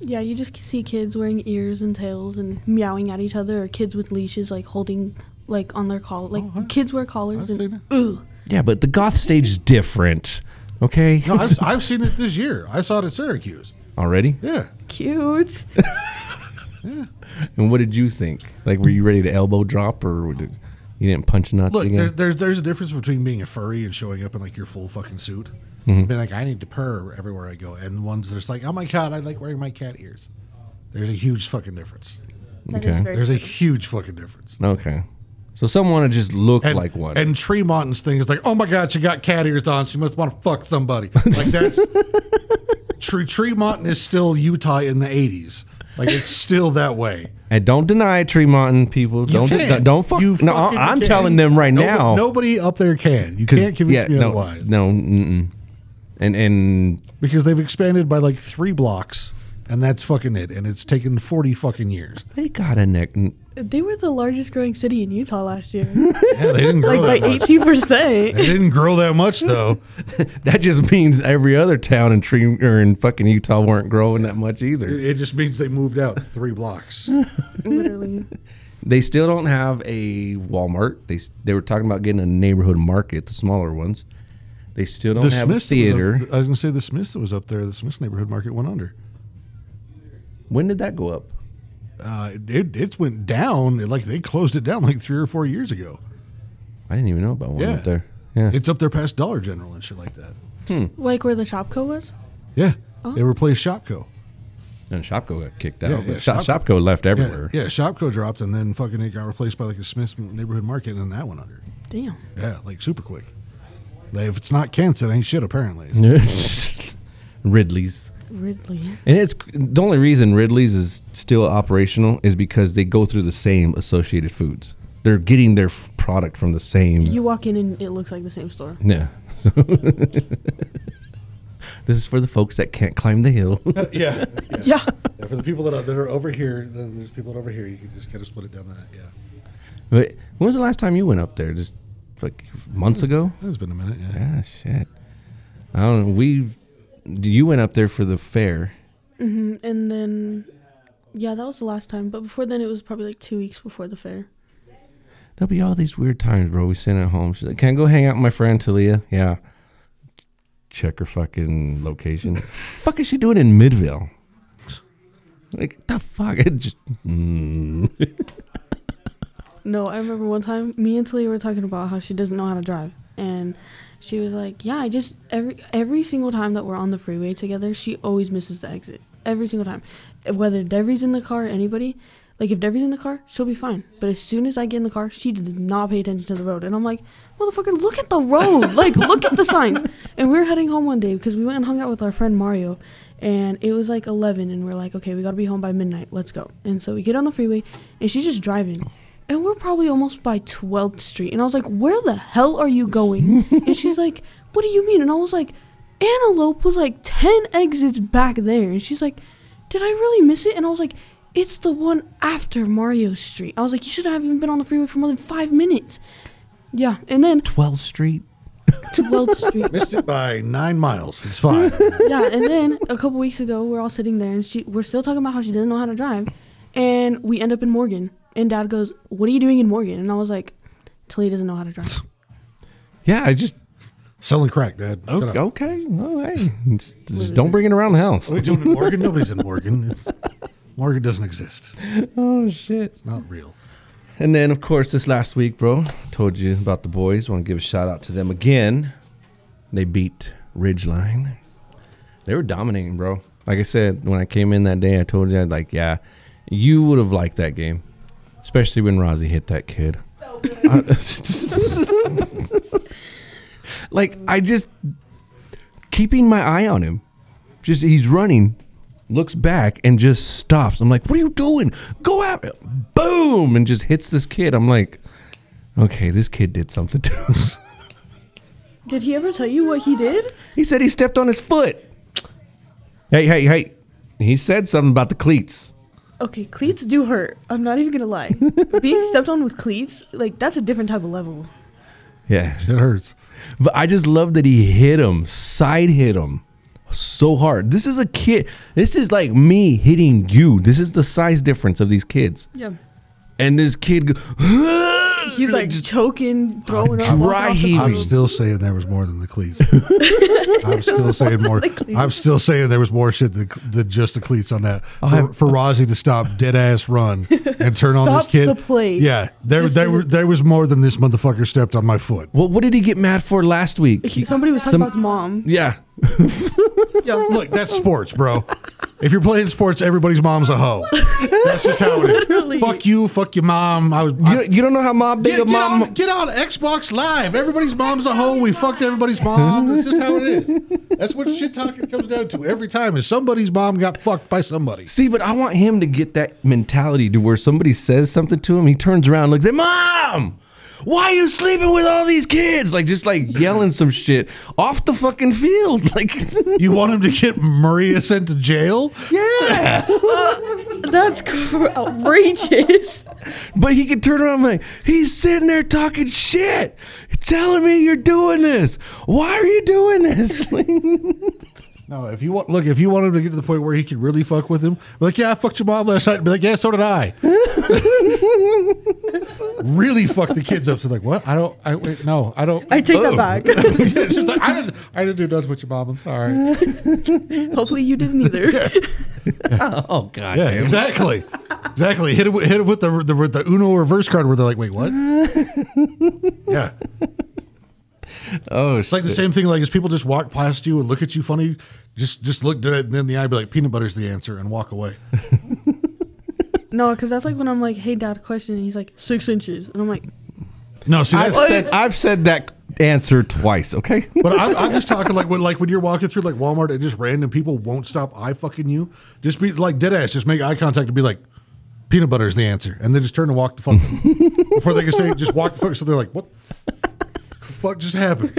[SPEAKER 3] Yeah, you just see kids wearing ears and tails and meowing at each other, or kids with leashes like holding like on their collar. Like kids wear collars
[SPEAKER 5] Oh, I've seen
[SPEAKER 3] and
[SPEAKER 5] it.
[SPEAKER 3] ooh.
[SPEAKER 4] Yeah, but the goth stage is different. Okay.
[SPEAKER 5] No, I've, I've seen it this year. I saw it at Syracuse.
[SPEAKER 4] Already?
[SPEAKER 5] Yeah,
[SPEAKER 3] Cute.
[SPEAKER 4] And what did you think? Like, were you ready to elbow drop or did, you didn't punch nuts
[SPEAKER 5] look,
[SPEAKER 4] again?
[SPEAKER 5] there, there's there's a difference between being a furry and showing up in like your full fucking suit.
[SPEAKER 4] Mm-hmm.
[SPEAKER 5] Being like, I need to purr everywhere I go, and the ones that's like, oh my god, I like wearing my cat ears. There's a huge fucking difference.
[SPEAKER 3] That is
[SPEAKER 4] Okay.
[SPEAKER 3] very
[SPEAKER 5] There's a huge fucking difference.
[SPEAKER 4] Okay. So some want to just look
[SPEAKER 5] And,
[SPEAKER 4] like one.
[SPEAKER 5] And Tremont's thing is like, oh my god, she got cat ears on. She must want to fuck somebody. Like that's Tre- Tremont is still Utah in the '80s. Like it's still that way.
[SPEAKER 4] and don't deny Tremonton people.
[SPEAKER 5] You
[SPEAKER 4] don't
[SPEAKER 5] can.
[SPEAKER 4] don't fuck.
[SPEAKER 5] You
[SPEAKER 4] no,
[SPEAKER 5] fucking
[SPEAKER 4] I'm
[SPEAKER 5] can.
[SPEAKER 4] telling them right
[SPEAKER 5] Nobody-
[SPEAKER 4] now.
[SPEAKER 5] Nobody up there can. You
[SPEAKER 4] 'Cause-
[SPEAKER 5] can't convince me
[SPEAKER 4] no,
[SPEAKER 5] otherwise.
[SPEAKER 4] No, mm-mm. and and
[SPEAKER 5] Because they've expanded by like three blocks, and that's fucking it. And it's taken forty fucking years.
[SPEAKER 4] they got a neck.
[SPEAKER 3] They were the largest growing city in Utah last year,
[SPEAKER 5] Yeah, they didn't grow
[SPEAKER 3] like by
[SPEAKER 5] that much.
[SPEAKER 3] eighteen percent.
[SPEAKER 5] They didn't grow that much though.
[SPEAKER 4] That just means every other town in Tree or in fucking Utah weren't growing that much either.
[SPEAKER 5] It just means they moved out three blocks.
[SPEAKER 3] Literally,
[SPEAKER 4] They still don't have a Walmart. They s- they were talking about getting a neighborhood market, the smaller ones. They still don't
[SPEAKER 5] The
[SPEAKER 4] have a
[SPEAKER 5] Smiths
[SPEAKER 4] theater.
[SPEAKER 5] Was up, I was gonna say the Smiths that was up there. The Smiths neighborhood market went under.
[SPEAKER 4] when did that go up?
[SPEAKER 5] Uh, it it went down. It, like they closed it down like three or four years ago.
[SPEAKER 4] I didn't even know about one
[SPEAKER 5] Yeah,
[SPEAKER 4] up there. Yeah.
[SPEAKER 5] it's up there past Dollar General and shit like that.
[SPEAKER 3] like where the Shopco was.
[SPEAKER 5] Yeah, they replaced Shopco.
[SPEAKER 4] and Shopko got kicked out.
[SPEAKER 5] Yeah, yeah,
[SPEAKER 4] but Shop-
[SPEAKER 5] Shopko-
[SPEAKER 4] Shopko, left everywhere.
[SPEAKER 5] Yeah, yeah, Shopco dropped, and then fucking it got replaced by like a Smith's neighborhood market, and then that went under.
[SPEAKER 3] Damn.
[SPEAKER 5] Yeah, like super quick. Like, if it's not cancer, it ain't shit apparently.
[SPEAKER 4] Ridley's.
[SPEAKER 3] Ridley.
[SPEAKER 4] And it's the only reason Ridley's is still operational is because they go through the same associated foods. They're getting their f- product from the same.
[SPEAKER 3] You walk in and it looks like the same store.
[SPEAKER 4] yeah. So this is for the folks that can't climb the hill.
[SPEAKER 5] yeah.
[SPEAKER 3] Yeah.
[SPEAKER 5] For the people that are, that are over here, then there's people that are over here. You can just kind of split it down that. Yeah,
[SPEAKER 4] but when was the last time you went up there? Just like months ago?
[SPEAKER 5] it's been a minute. Yeah.
[SPEAKER 4] Ah, shit. I don't know. We, you went up there for the fair.
[SPEAKER 3] And then, yeah, that was the last time. But before then, it was probably like two weeks before the fair.
[SPEAKER 4] There'll be all these weird times, bro. We sitting at home. She's like, "Can I go hang out with my friend Talia?" Yeah. Check her fucking location. fuck is she doing in Midville? Like the fuck? It just mm.
[SPEAKER 3] No, I remember one time me and Talia were talking about how she doesn't know how to drive, and she was like, "Yeah, I just every every single time that we're on the freeway together, she always misses the exit every single time, whether Devi's in the car or anybody." Like if Devi's in the car, she'll be fine. But as soon as I get in the car, she did not pay attention to the road, and I'm like, "Motherfucker, look at the road! Like look at the signs!" And we were heading home one day because we went and hung out with our friend Mario, and it was like 11, and we're like, "Okay, we gotta be home by midnight. Let's go." And so we get on the freeway, and she's just driving, and we're probably almost by 12th Street. And I was like, where the hell are you going? and she's like, what do you mean? And I was like, Antelope was like 10 exits back there. And she's like, did I really miss it? And I was like, it's the one after Mario Street. I was like, you should have even been on the freeway for more than five minutes. Yeah, and then
[SPEAKER 4] 12th Street.
[SPEAKER 3] 12th Street.
[SPEAKER 5] Missed it by nine miles. It's fine.
[SPEAKER 3] yeah, and then a couple weeks ago, we're all sitting there, and she we're still talking about how she doesn't know how to drive, and we end up in Morgan, and Dad goes, "What are you doing in Morgan?" And I was like, "Talia doesn't know how to drive."
[SPEAKER 4] Yeah, I just
[SPEAKER 5] Selling crack, Dad. Shut up.
[SPEAKER 4] okay. All right. Just, just don't bring it around the house.
[SPEAKER 5] What are we doing in Morgan? Nobody's in Morgan. It's, Morgan doesn't exist.
[SPEAKER 4] Oh shit.
[SPEAKER 5] Not real.
[SPEAKER 4] And then, of course, this last week, bro, told you about the boys. Want to give a shout out to them again. They beat Ridgeline. They were dominating, bro. Like I said, when I came in that day, I told you, I'd like, yeah, you would have liked that game, especially when Rozzy hit that kid. like I just keeping my eye on him. Just he's running, looks back and just stops. I'm like, "What are you doing? Go out!" Boom, and just hits this kid. I'm like, "Okay, this kid did something to us."
[SPEAKER 3] Did he ever tell you what he did?
[SPEAKER 4] he said he stepped on his foot. Hey, hey, hey! He said something about the cleats.
[SPEAKER 3] Okay, cleats do hurt. I'm not even gonna lie. Being stepped on with cleats, like that's a different type of level.
[SPEAKER 4] Yeah,
[SPEAKER 5] It hurts.
[SPEAKER 4] But I just love that he hit him, side hit him so hard. This is a kid. This is like me hitting you. This is the size difference of these kids.
[SPEAKER 3] Yeah,
[SPEAKER 4] And this kid go,
[SPEAKER 3] he's like choking, throwing up. walking
[SPEAKER 4] dry
[SPEAKER 3] off the
[SPEAKER 4] heaving.
[SPEAKER 5] I'm
[SPEAKER 3] bike.
[SPEAKER 5] still saying there was more than the cleats. I'm still saying more.
[SPEAKER 3] cleats.
[SPEAKER 5] I'm still saying there was more shit than, than just the cleats on that. For,
[SPEAKER 4] have-
[SPEAKER 5] for Rozzy to stop dead ass run and turn on this
[SPEAKER 3] Stop
[SPEAKER 5] kid.
[SPEAKER 3] the play.
[SPEAKER 5] Yeah, there
[SPEAKER 3] Just
[SPEAKER 5] there
[SPEAKER 3] so-
[SPEAKER 5] were, there was more than this motherfucker stepped on my foot.
[SPEAKER 4] Well, what did he get mad for last week?
[SPEAKER 3] He- Somebody was talking
[SPEAKER 4] Some-
[SPEAKER 3] about his mom.
[SPEAKER 4] yeah.
[SPEAKER 5] Look, that's sports, bro. If you're playing sports, everybody's mom's a hoe. That's just how it
[SPEAKER 3] Literally.
[SPEAKER 5] is. Fuck you, fuck your mom. I was.
[SPEAKER 4] You,
[SPEAKER 5] I-
[SPEAKER 4] don't- you don't know how mom big
[SPEAKER 5] Get,
[SPEAKER 4] a
[SPEAKER 5] get,
[SPEAKER 4] mom.
[SPEAKER 5] on, get on Xbox Live. Everybody's mom's a hoe. We fucked everybody's mom. That's just how it is. That's what shit talking comes down to every time is somebody's mom got fucked by somebody.
[SPEAKER 4] See, but I want him to get that mentality to where somebody says something to him, he turns around, and looks at mom. Why are you sleeping with all these kids? Like just like yelling some shit off the fucking field. Like
[SPEAKER 5] You want him to get Maria sent to jail?
[SPEAKER 4] yeah.
[SPEAKER 3] That's cr- outrageous.
[SPEAKER 4] But he could turn around and like, he's sitting there talking shit, telling me you're doing this. Why are you doing this?
[SPEAKER 5] No, if you want, look, if you want him to get to the point where he can really fuck with him, be like, yeah, I fucked your mom last night. Be like, yeah, so did I. really fuck the kids up. So like, what? I don't. I wait, no, I don't.
[SPEAKER 3] I take
[SPEAKER 4] Oh.
[SPEAKER 3] that back.
[SPEAKER 5] It's just like, I didn't. I didn't do nothing with your mom. I'm sorry.
[SPEAKER 3] Hopefully you didn't either.
[SPEAKER 4] oh god.
[SPEAKER 5] Yeah, exactly. Exactly. Hit it, with- hit it with the, the with the Uno reverse card where they're like, wait, what? yeah.
[SPEAKER 4] Oh
[SPEAKER 5] It's like the same thing. Like, as people just walk past you and look at you funny, just just look dead in the eye, be like, peanut butter's the answer, and walk away.
[SPEAKER 3] No, because that's like when I'm like, "Hey, Dad, question," and he's like, six inches," and I'm like,
[SPEAKER 5] No, see,
[SPEAKER 4] I've
[SPEAKER 5] that's,
[SPEAKER 4] said I've said that answer twice, okay?
[SPEAKER 5] but I'm, I'm just talking like when like when you're walking through like Walmart and just random people won't stop eye fucking you. Just be like dead ass. Just make eye contact and be like, peanut butter is the answer, and then just turn and walk the fuck before they can say just walk the fuck. So they're like, what? the Fuck just happened.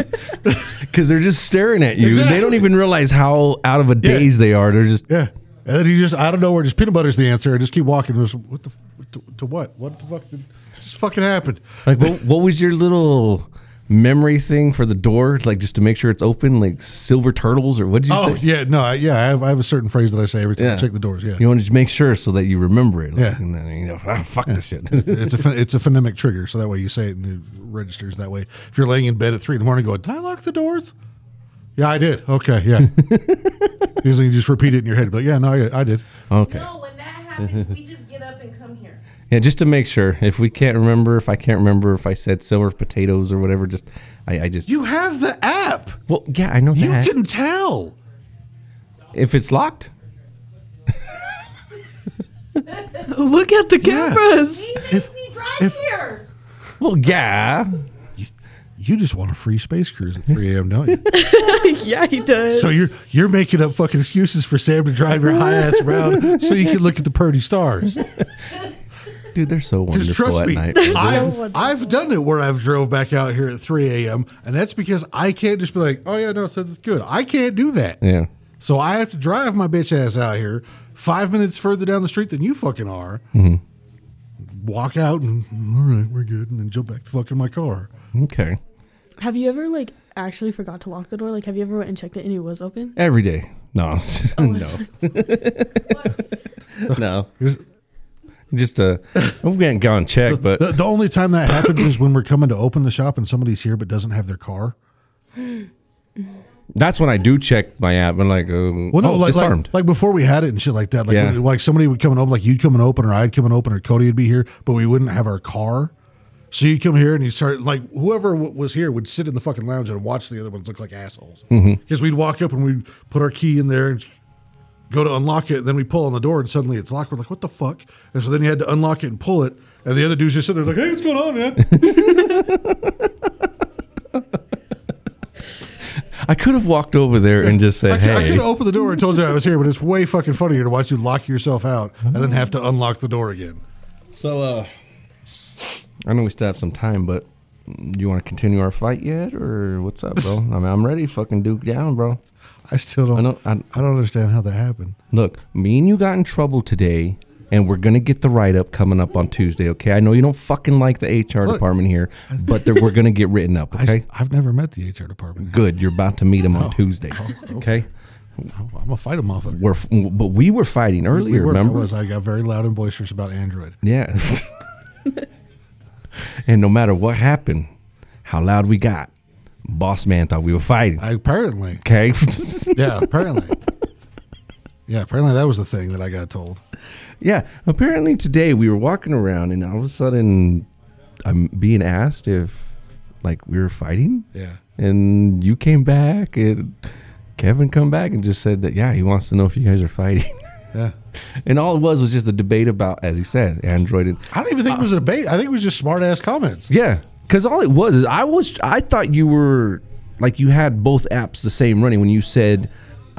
[SPEAKER 4] Because they're just staring at you. They don't
[SPEAKER 5] Exactly.
[SPEAKER 4] even realize how out of a
[SPEAKER 5] Yeah.
[SPEAKER 4] daze they are. They're just
[SPEAKER 5] Yeah. And then he just, I don't know where, just peanut butter's the answer. I just keep walking. Just, what the, to, to what? What the fuck did, just fucking happened?
[SPEAKER 4] like, what, what was your little memory thing for the door? Like just to make sure it's open, like silver turtles or what did you
[SPEAKER 5] Oh,
[SPEAKER 4] say?
[SPEAKER 5] yeah. No, I, yeah. I have, I have a certain phrase that I say every time I
[SPEAKER 4] Yeah.
[SPEAKER 5] check the doors. Yeah.
[SPEAKER 4] You want to make sure so that you remember it. Like,
[SPEAKER 5] Yeah.
[SPEAKER 4] And then, you know, ah, fuck this shit.
[SPEAKER 5] it's a pho- it's a phonemic trigger, so that way you say it and it registers that way. If you're laying in bed at three in the morning, going, "Did I lock the doors?" Yeah, I did. Okay, yeah. Usually, you just repeat it in your head, but yeah, no, I, I did.
[SPEAKER 4] okay.
[SPEAKER 6] No, when that happens, we just get up and come here.
[SPEAKER 4] Yeah, just to make sure. If we can't remember, if I can't remember, if I said silver potatoes or whatever, just I, I just
[SPEAKER 5] You have the app.
[SPEAKER 4] well, yeah, I know
[SPEAKER 5] You
[SPEAKER 4] that.
[SPEAKER 5] can tell.
[SPEAKER 4] if it's locked,
[SPEAKER 3] "Look at the
[SPEAKER 5] Yeah.
[SPEAKER 3] cameras."
[SPEAKER 6] He makes me drive
[SPEAKER 5] if-
[SPEAKER 6] here.
[SPEAKER 4] well, yeah.
[SPEAKER 5] You just want a free space cruise at 3 a.m., don't you?
[SPEAKER 3] Yeah, he does.
[SPEAKER 5] so you're you're making up fucking excuses for Sam to drive your high ass around so you can look at the purdy stars.
[SPEAKER 4] Dude, they're so
[SPEAKER 5] Because
[SPEAKER 4] wonderful
[SPEAKER 5] trust
[SPEAKER 4] at
[SPEAKER 5] me,
[SPEAKER 4] night.
[SPEAKER 5] I've, I've done it where I've drove back out here at 3 a.m. and that's because I can't just be like, oh yeah, no, so that's good. I can't do that.
[SPEAKER 4] yeah.
[SPEAKER 5] So I have to drive my bitch ass out here five minutes further down the street than you fucking are.
[SPEAKER 4] Mm-hmm.
[SPEAKER 5] Walk out and all right, we're good, and then jump back the fuck in my car.
[SPEAKER 4] Okay.
[SPEAKER 3] Have you ever like actually forgot to lock the door? Like, have you ever went and checked it and it was open?
[SPEAKER 4] Every day. No.
[SPEAKER 3] Oh,
[SPEAKER 4] no. no. Just uh I'm getting gone check, but
[SPEAKER 5] The, the only time that happens is when we're coming to open the shop and somebody's here but doesn't have their car.
[SPEAKER 4] that's when I do check my app and like uh,
[SPEAKER 5] Well, no,
[SPEAKER 4] oh,
[SPEAKER 5] like,
[SPEAKER 4] disarmed.
[SPEAKER 5] like like before we had it and shit like that. Like
[SPEAKER 4] Yeah.
[SPEAKER 5] when- like somebody would come and open, like you'd come and open, or I'd come and open, or Cody would be here, but we wouldn't have our car. So you would come here and you start like whoever w- was here would sit in the fucking lounge and watch the other ones look like assholes because
[SPEAKER 4] Mm-hmm.
[SPEAKER 5] we'd walk up and we'd put our key in there and go to unlock it, and then we pull on the door and suddenly it's locked. We're like, what the fuck? And so then you had to unlock it and pull it, and the other dudes just sit there like, hey, what's going on, man?
[SPEAKER 4] I could have walked over there and just
[SPEAKER 5] I
[SPEAKER 4] said,
[SPEAKER 5] could, I
[SPEAKER 4] "Hey."
[SPEAKER 5] could open the door and told you I was here, but it's way fucking funnier to watch you lock yourself out and then have to unlock the door again.
[SPEAKER 4] So uh I know we still have some time, but do you want to continue our fight yet or what's up, bro? I mean, I'm ready to fucking duke down, bro.
[SPEAKER 5] I still don't.
[SPEAKER 4] I know I,
[SPEAKER 5] I don't understand how that happened.
[SPEAKER 4] Look, me and you got in trouble today, and we're gonna get the write up coming up on Tuesday. Okay, I know you don't fucking like the HR department here, but they're- we're gonna get written up.
[SPEAKER 5] I, Oh.
[SPEAKER 4] Okay,
[SPEAKER 5] have never met the HR department.
[SPEAKER 4] good. You're about to meet them on Tuesday. Okay,
[SPEAKER 5] I'm gonna fight a motherfucker.
[SPEAKER 4] we're f- but we were fighting
[SPEAKER 5] We
[SPEAKER 4] earlier.
[SPEAKER 5] were- I
[SPEAKER 4] remember?
[SPEAKER 5] was. I got very loud and boisterous about Android.
[SPEAKER 4] Yeah. and no matter what happened, how loud we got, boss man thought we were fighting.
[SPEAKER 5] I, apparently,
[SPEAKER 4] Okay,
[SPEAKER 5] yeah, apparently, yeah, apparently that was the thing that I got told.
[SPEAKER 4] yeah. Apparently today we were walking around, and all of a sudden, I'm being asked if like we were fighting.
[SPEAKER 5] Yeah,
[SPEAKER 4] and you came back and Kevin come back and just said that yeah he wants to know if you guys are fighting
[SPEAKER 5] yeah.
[SPEAKER 4] and all it was was just a debate about as he said Android and
[SPEAKER 5] I don't even think it was a debate. I think it was just smart ass comments.
[SPEAKER 4] yeah because all it was is I was I thought you were like you had both apps the same running when you said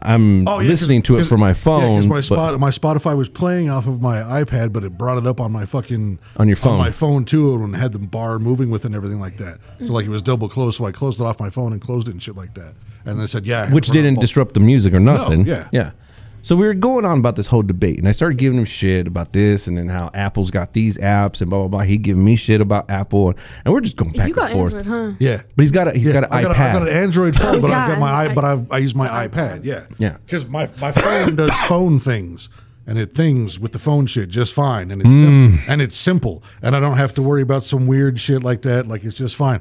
[SPEAKER 4] I'm
[SPEAKER 5] Oh, yeah, 'cause-
[SPEAKER 4] listening to it
[SPEAKER 5] 'cause-
[SPEAKER 4] from my
[SPEAKER 5] yeah, 'cause
[SPEAKER 4] phone
[SPEAKER 5] my,
[SPEAKER 4] but-
[SPEAKER 5] spot, my Spotify was playing off of my iPad, but it brought it up on my fucking
[SPEAKER 4] On your phone.
[SPEAKER 5] my phone too, and had the bar moving with it and everything like that. So like it was double closed, so I closed it off my phone and closed it and shit like that. And they said, yeah,
[SPEAKER 4] which
[SPEAKER 5] we're not
[SPEAKER 4] didn't
[SPEAKER 5] both-
[SPEAKER 4] disrupt the music or nothing.
[SPEAKER 5] yeah.
[SPEAKER 4] yeah. So we were going on about this whole debate, and I started giving him shit about this, and then how Apple's got these apps, and blah blah blah. He giving me shit about Apple, and we're just going back
[SPEAKER 3] you
[SPEAKER 4] and
[SPEAKER 3] got
[SPEAKER 4] forth.
[SPEAKER 3] Android, huh?
[SPEAKER 5] Yeah.
[SPEAKER 4] But he's got a he's
[SPEAKER 5] yeah,
[SPEAKER 4] got an
[SPEAKER 5] I
[SPEAKER 4] iPad.
[SPEAKER 5] Got, I got an Android phone, but I've got my
[SPEAKER 3] Yeah,
[SPEAKER 5] i but I've, I use my iPad. Yeah,
[SPEAKER 4] Yeah.
[SPEAKER 5] Because my my phone does phone things, and it things with the phone shit just fine, and it's
[SPEAKER 4] Mm.
[SPEAKER 5] sim- and it's simple, and I don't have to worry about some weird shit like that. Like it's just fine.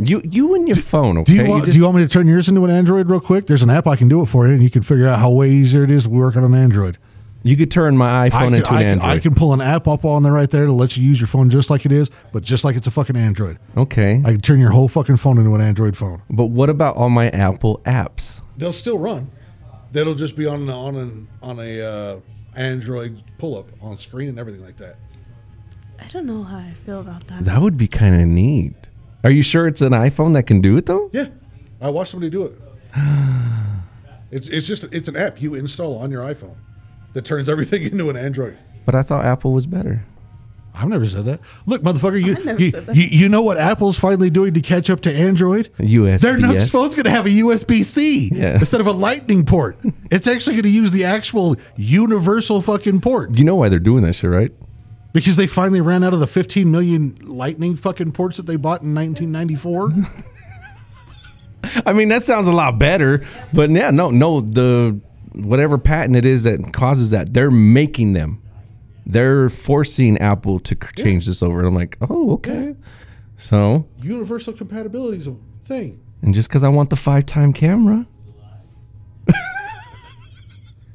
[SPEAKER 4] You you and your phone, okay?
[SPEAKER 5] Do you, want,
[SPEAKER 4] just-
[SPEAKER 5] do you want me to turn yours into an Android real quick? There's an app I can do it for you, and you can figure out how way easier it is to work on an Android.
[SPEAKER 4] you could turn my
[SPEAKER 5] I
[SPEAKER 4] iPhone
[SPEAKER 5] can,
[SPEAKER 4] into an
[SPEAKER 5] I, can,
[SPEAKER 4] Android.
[SPEAKER 5] I can pull an app up on there right there to let you use your phone just like it is, but just like it's a fucking Android.
[SPEAKER 4] okay.
[SPEAKER 5] I can turn your whole fucking phone into an Android phone.
[SPEAKER 4] but what about all my Apple apps?
[SPEAKER 5] They'll still run. That'll just be on on an on a uh, Android pull up on screen and everything like that.
[SPEAKER 3] I don't know how I feel about that.
[SPEAKER 4] That would be kind of neat. Are you sure it's an iPhone that can do it though?
[SPEAKER 5] Yeah, I watched somebody do it. It's it's just it's an app you install on your iPhone that turns everything into an Android.
[SPEAKER 4] But I thought Apple was better.
[SPEAKER 5] I've never said that. Look, motherfucker, you
[SPEAKER 3] never
[SPEAKER 5] you,
[SPEAKER 3] said that.
[SPEAKER 5] you you know what Apple's finally doing to catch up to Android? Their
[SPEAKER 4] USPS.
[SPEAKER 5] next phone's going to have a USB C
[SPEAKER 4] Yeah.
[SPEAKER 5] instead of a Lightning port. it's actually going to use the actual universal fucking port
[SPEAKER 4] You know why they're doing that shit, right?
[SPEAKER 5] because they finally ran out of the 15 million Lightning fucking ports that they bought in 1994.
[SPEAKER 4] I mean, that sounds a lot better. But yeah, no, no, the whatever patent it is that causes that, they're making them. They're forcing Apple to c- change this over. And I'm like, oh, okay. So,
[SPEAKER 5] universal compatibility is a thing.
[SPEAKER 4] and just because I want the five time camera,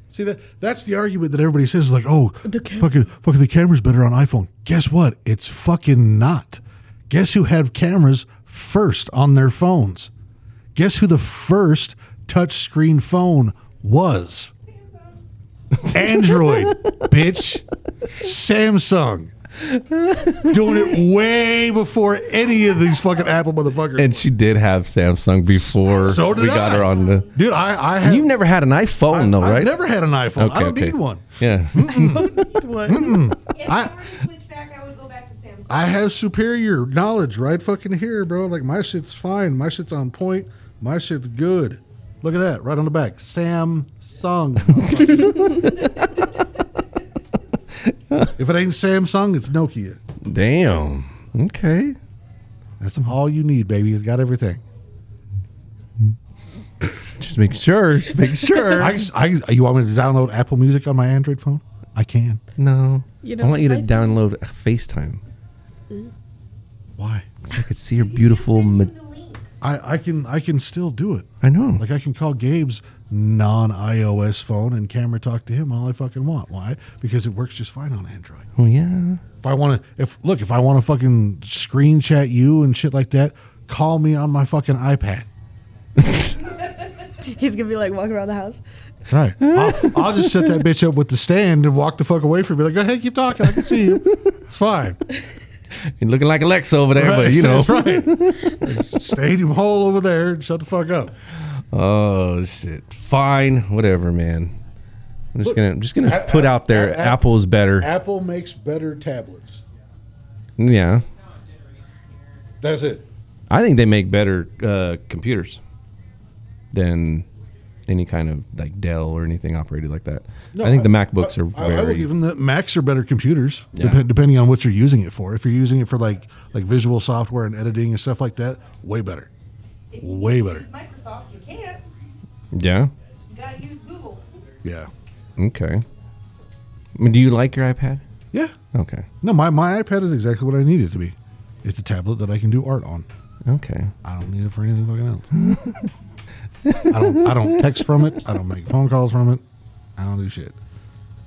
[SPEAKER 5] See that that's the argument that everybody says like, oh,
[SPEAKER 3] The cam-
[SPEAKER 5] fucking fucking the camera's better on iPhone. Guess what? It's fucking not. Guess who had cameras first on their phones? Guess who the first touchscreen phone was? Android, bitch. Samsung. Doing it way before any of these fucking Apple motherfuckers.
[SPEAKER 4] and she did have Samsung before
[SPEAKER 5] So did
[SPEAKER 4] we got
[SPEAKER 5] I.
[SPEAKER 4] her on the.
[SPEAKER 5] Dude, I, I have
[SPEAKER 4] And you've never had an iPhone though,
[SPEAKER 5] I've Hmm.
[SPEAKER 4] right?
[SPEAKER 5] never had an iPhone. I don't need one.
[SPEAKER 4] Yeah.
[SPEAKER 3] What?
[SPEAKER 6] If
[SPEAKER 5] I-
[SPEAKER 6] I were to switch back, I would
[SPEAKER 5] I have superior knowledge right fucking here, bro. Like my shit's fine. My shit's on point. My shit's good. Look at that, right on the back. Samsung. if it ain't Samsung, it's Nokia.
[SPEAKER 4] Damn. Okay.
[SPEAKER 5] That's all you need, baby. It's got everything.
[SPEAKER 4] Just make sure. Just make sure.
[SPEAKER 5] I, I, you want me to download Apple Music on my Android phone? I can.
[SPEAKER 4] no.
[SPEAKER 3] You
[SPEAKER 4] I
[SPEAKER 3] don't
[SPEAKER 4] want you to
[SPEAKER 3] like-
[SPEAKER 4] download FaceTime
[SPEAKER 5] Why?
[SPEAKER 4] so I could see your beautiful. Ma-
[SPEAKER 6] The link.
[SPEAKER 5] I, I can I can still do it.
[SPEAKER 4] I know.
[SPEAKER 5] Like I can call Gabe's non iOS phone and camera talk to him all I fucking want. Why? Because it works just fine on Android.
[SPEAKER 4] oh yeah.
[SPEAKER 5] If I want to, if look, if I want to fucking screen chat you and shit like that, call me on my fucking iPad.
[SPEAKER 3] He's gonna be like walking around the house.
[SPEAKER 5] Right. I'll, I'll just set that bitch up with the stand and walk the fuck away from you. Like, go ahead, keep talking. I can see you. It's fine.
[SPEAKER 4] You're looking like Alexa over there, but you know.
[SPEAKER 5] That's right. Stadium hole over there. And shut the fuck up.
[SPEAKER 4] Oh shit. Fine. Whatever, man. I'm just gonna I'm just gonna
[SPEAKER 5] A-
[SPEAKER 4] put
[SPEAKER 5] a-
[SPEAKER 4] out there
[SPEAKER 5] a- a-
[SPEAKER 4] Apple's better.
[SPEAKER 5] Apple makes better tablets.
[SPEAKER 4] yeah.
[SPEAKER 5] That's it.
[SPEAKER 4] I think they make better uh, computers than any kind of like Dell or anything operated like that. I think the MacBooks
[SPEAKER 5] I-
[SPEAKER 4] are
[SPEAKER 5] I, I would
[SPEAKER 4] very
[SPEAKER 5] give them that Macs are better computers,
[SPEAKER 4] Yeah.
[SPEAKER 5] depen- depending on what you're using it for. If you're using it for like like visual software and editing and stuff like that, way better.
[SPEAKER 6] If you
[SPEAKER 5] Way
[SPEAKER 6] can't
[SPEAKER 5] better.
[SPEAKER 6] use Microsoft, you can't.
[SPEAKER 4] yeah.
[SPEAKER 6] You gotta use Google.
[SPEAKER 5] Yeah.
[SPEAKER 4] Okay. I mean, do you like your iPad?
[SPEAKER 5] Yeah.
[SPEAKER 4] Okay.
[SPEAKER 5] No, my, my iPad is exactly what I need it to be. It's a tablet that I can do art on.
[SPEAKER 4] Okay.
[SPEAKER 5] I don't need it for anything fucking else. I don't I don't text from it. I don't make phone calls from it. I don't do shit.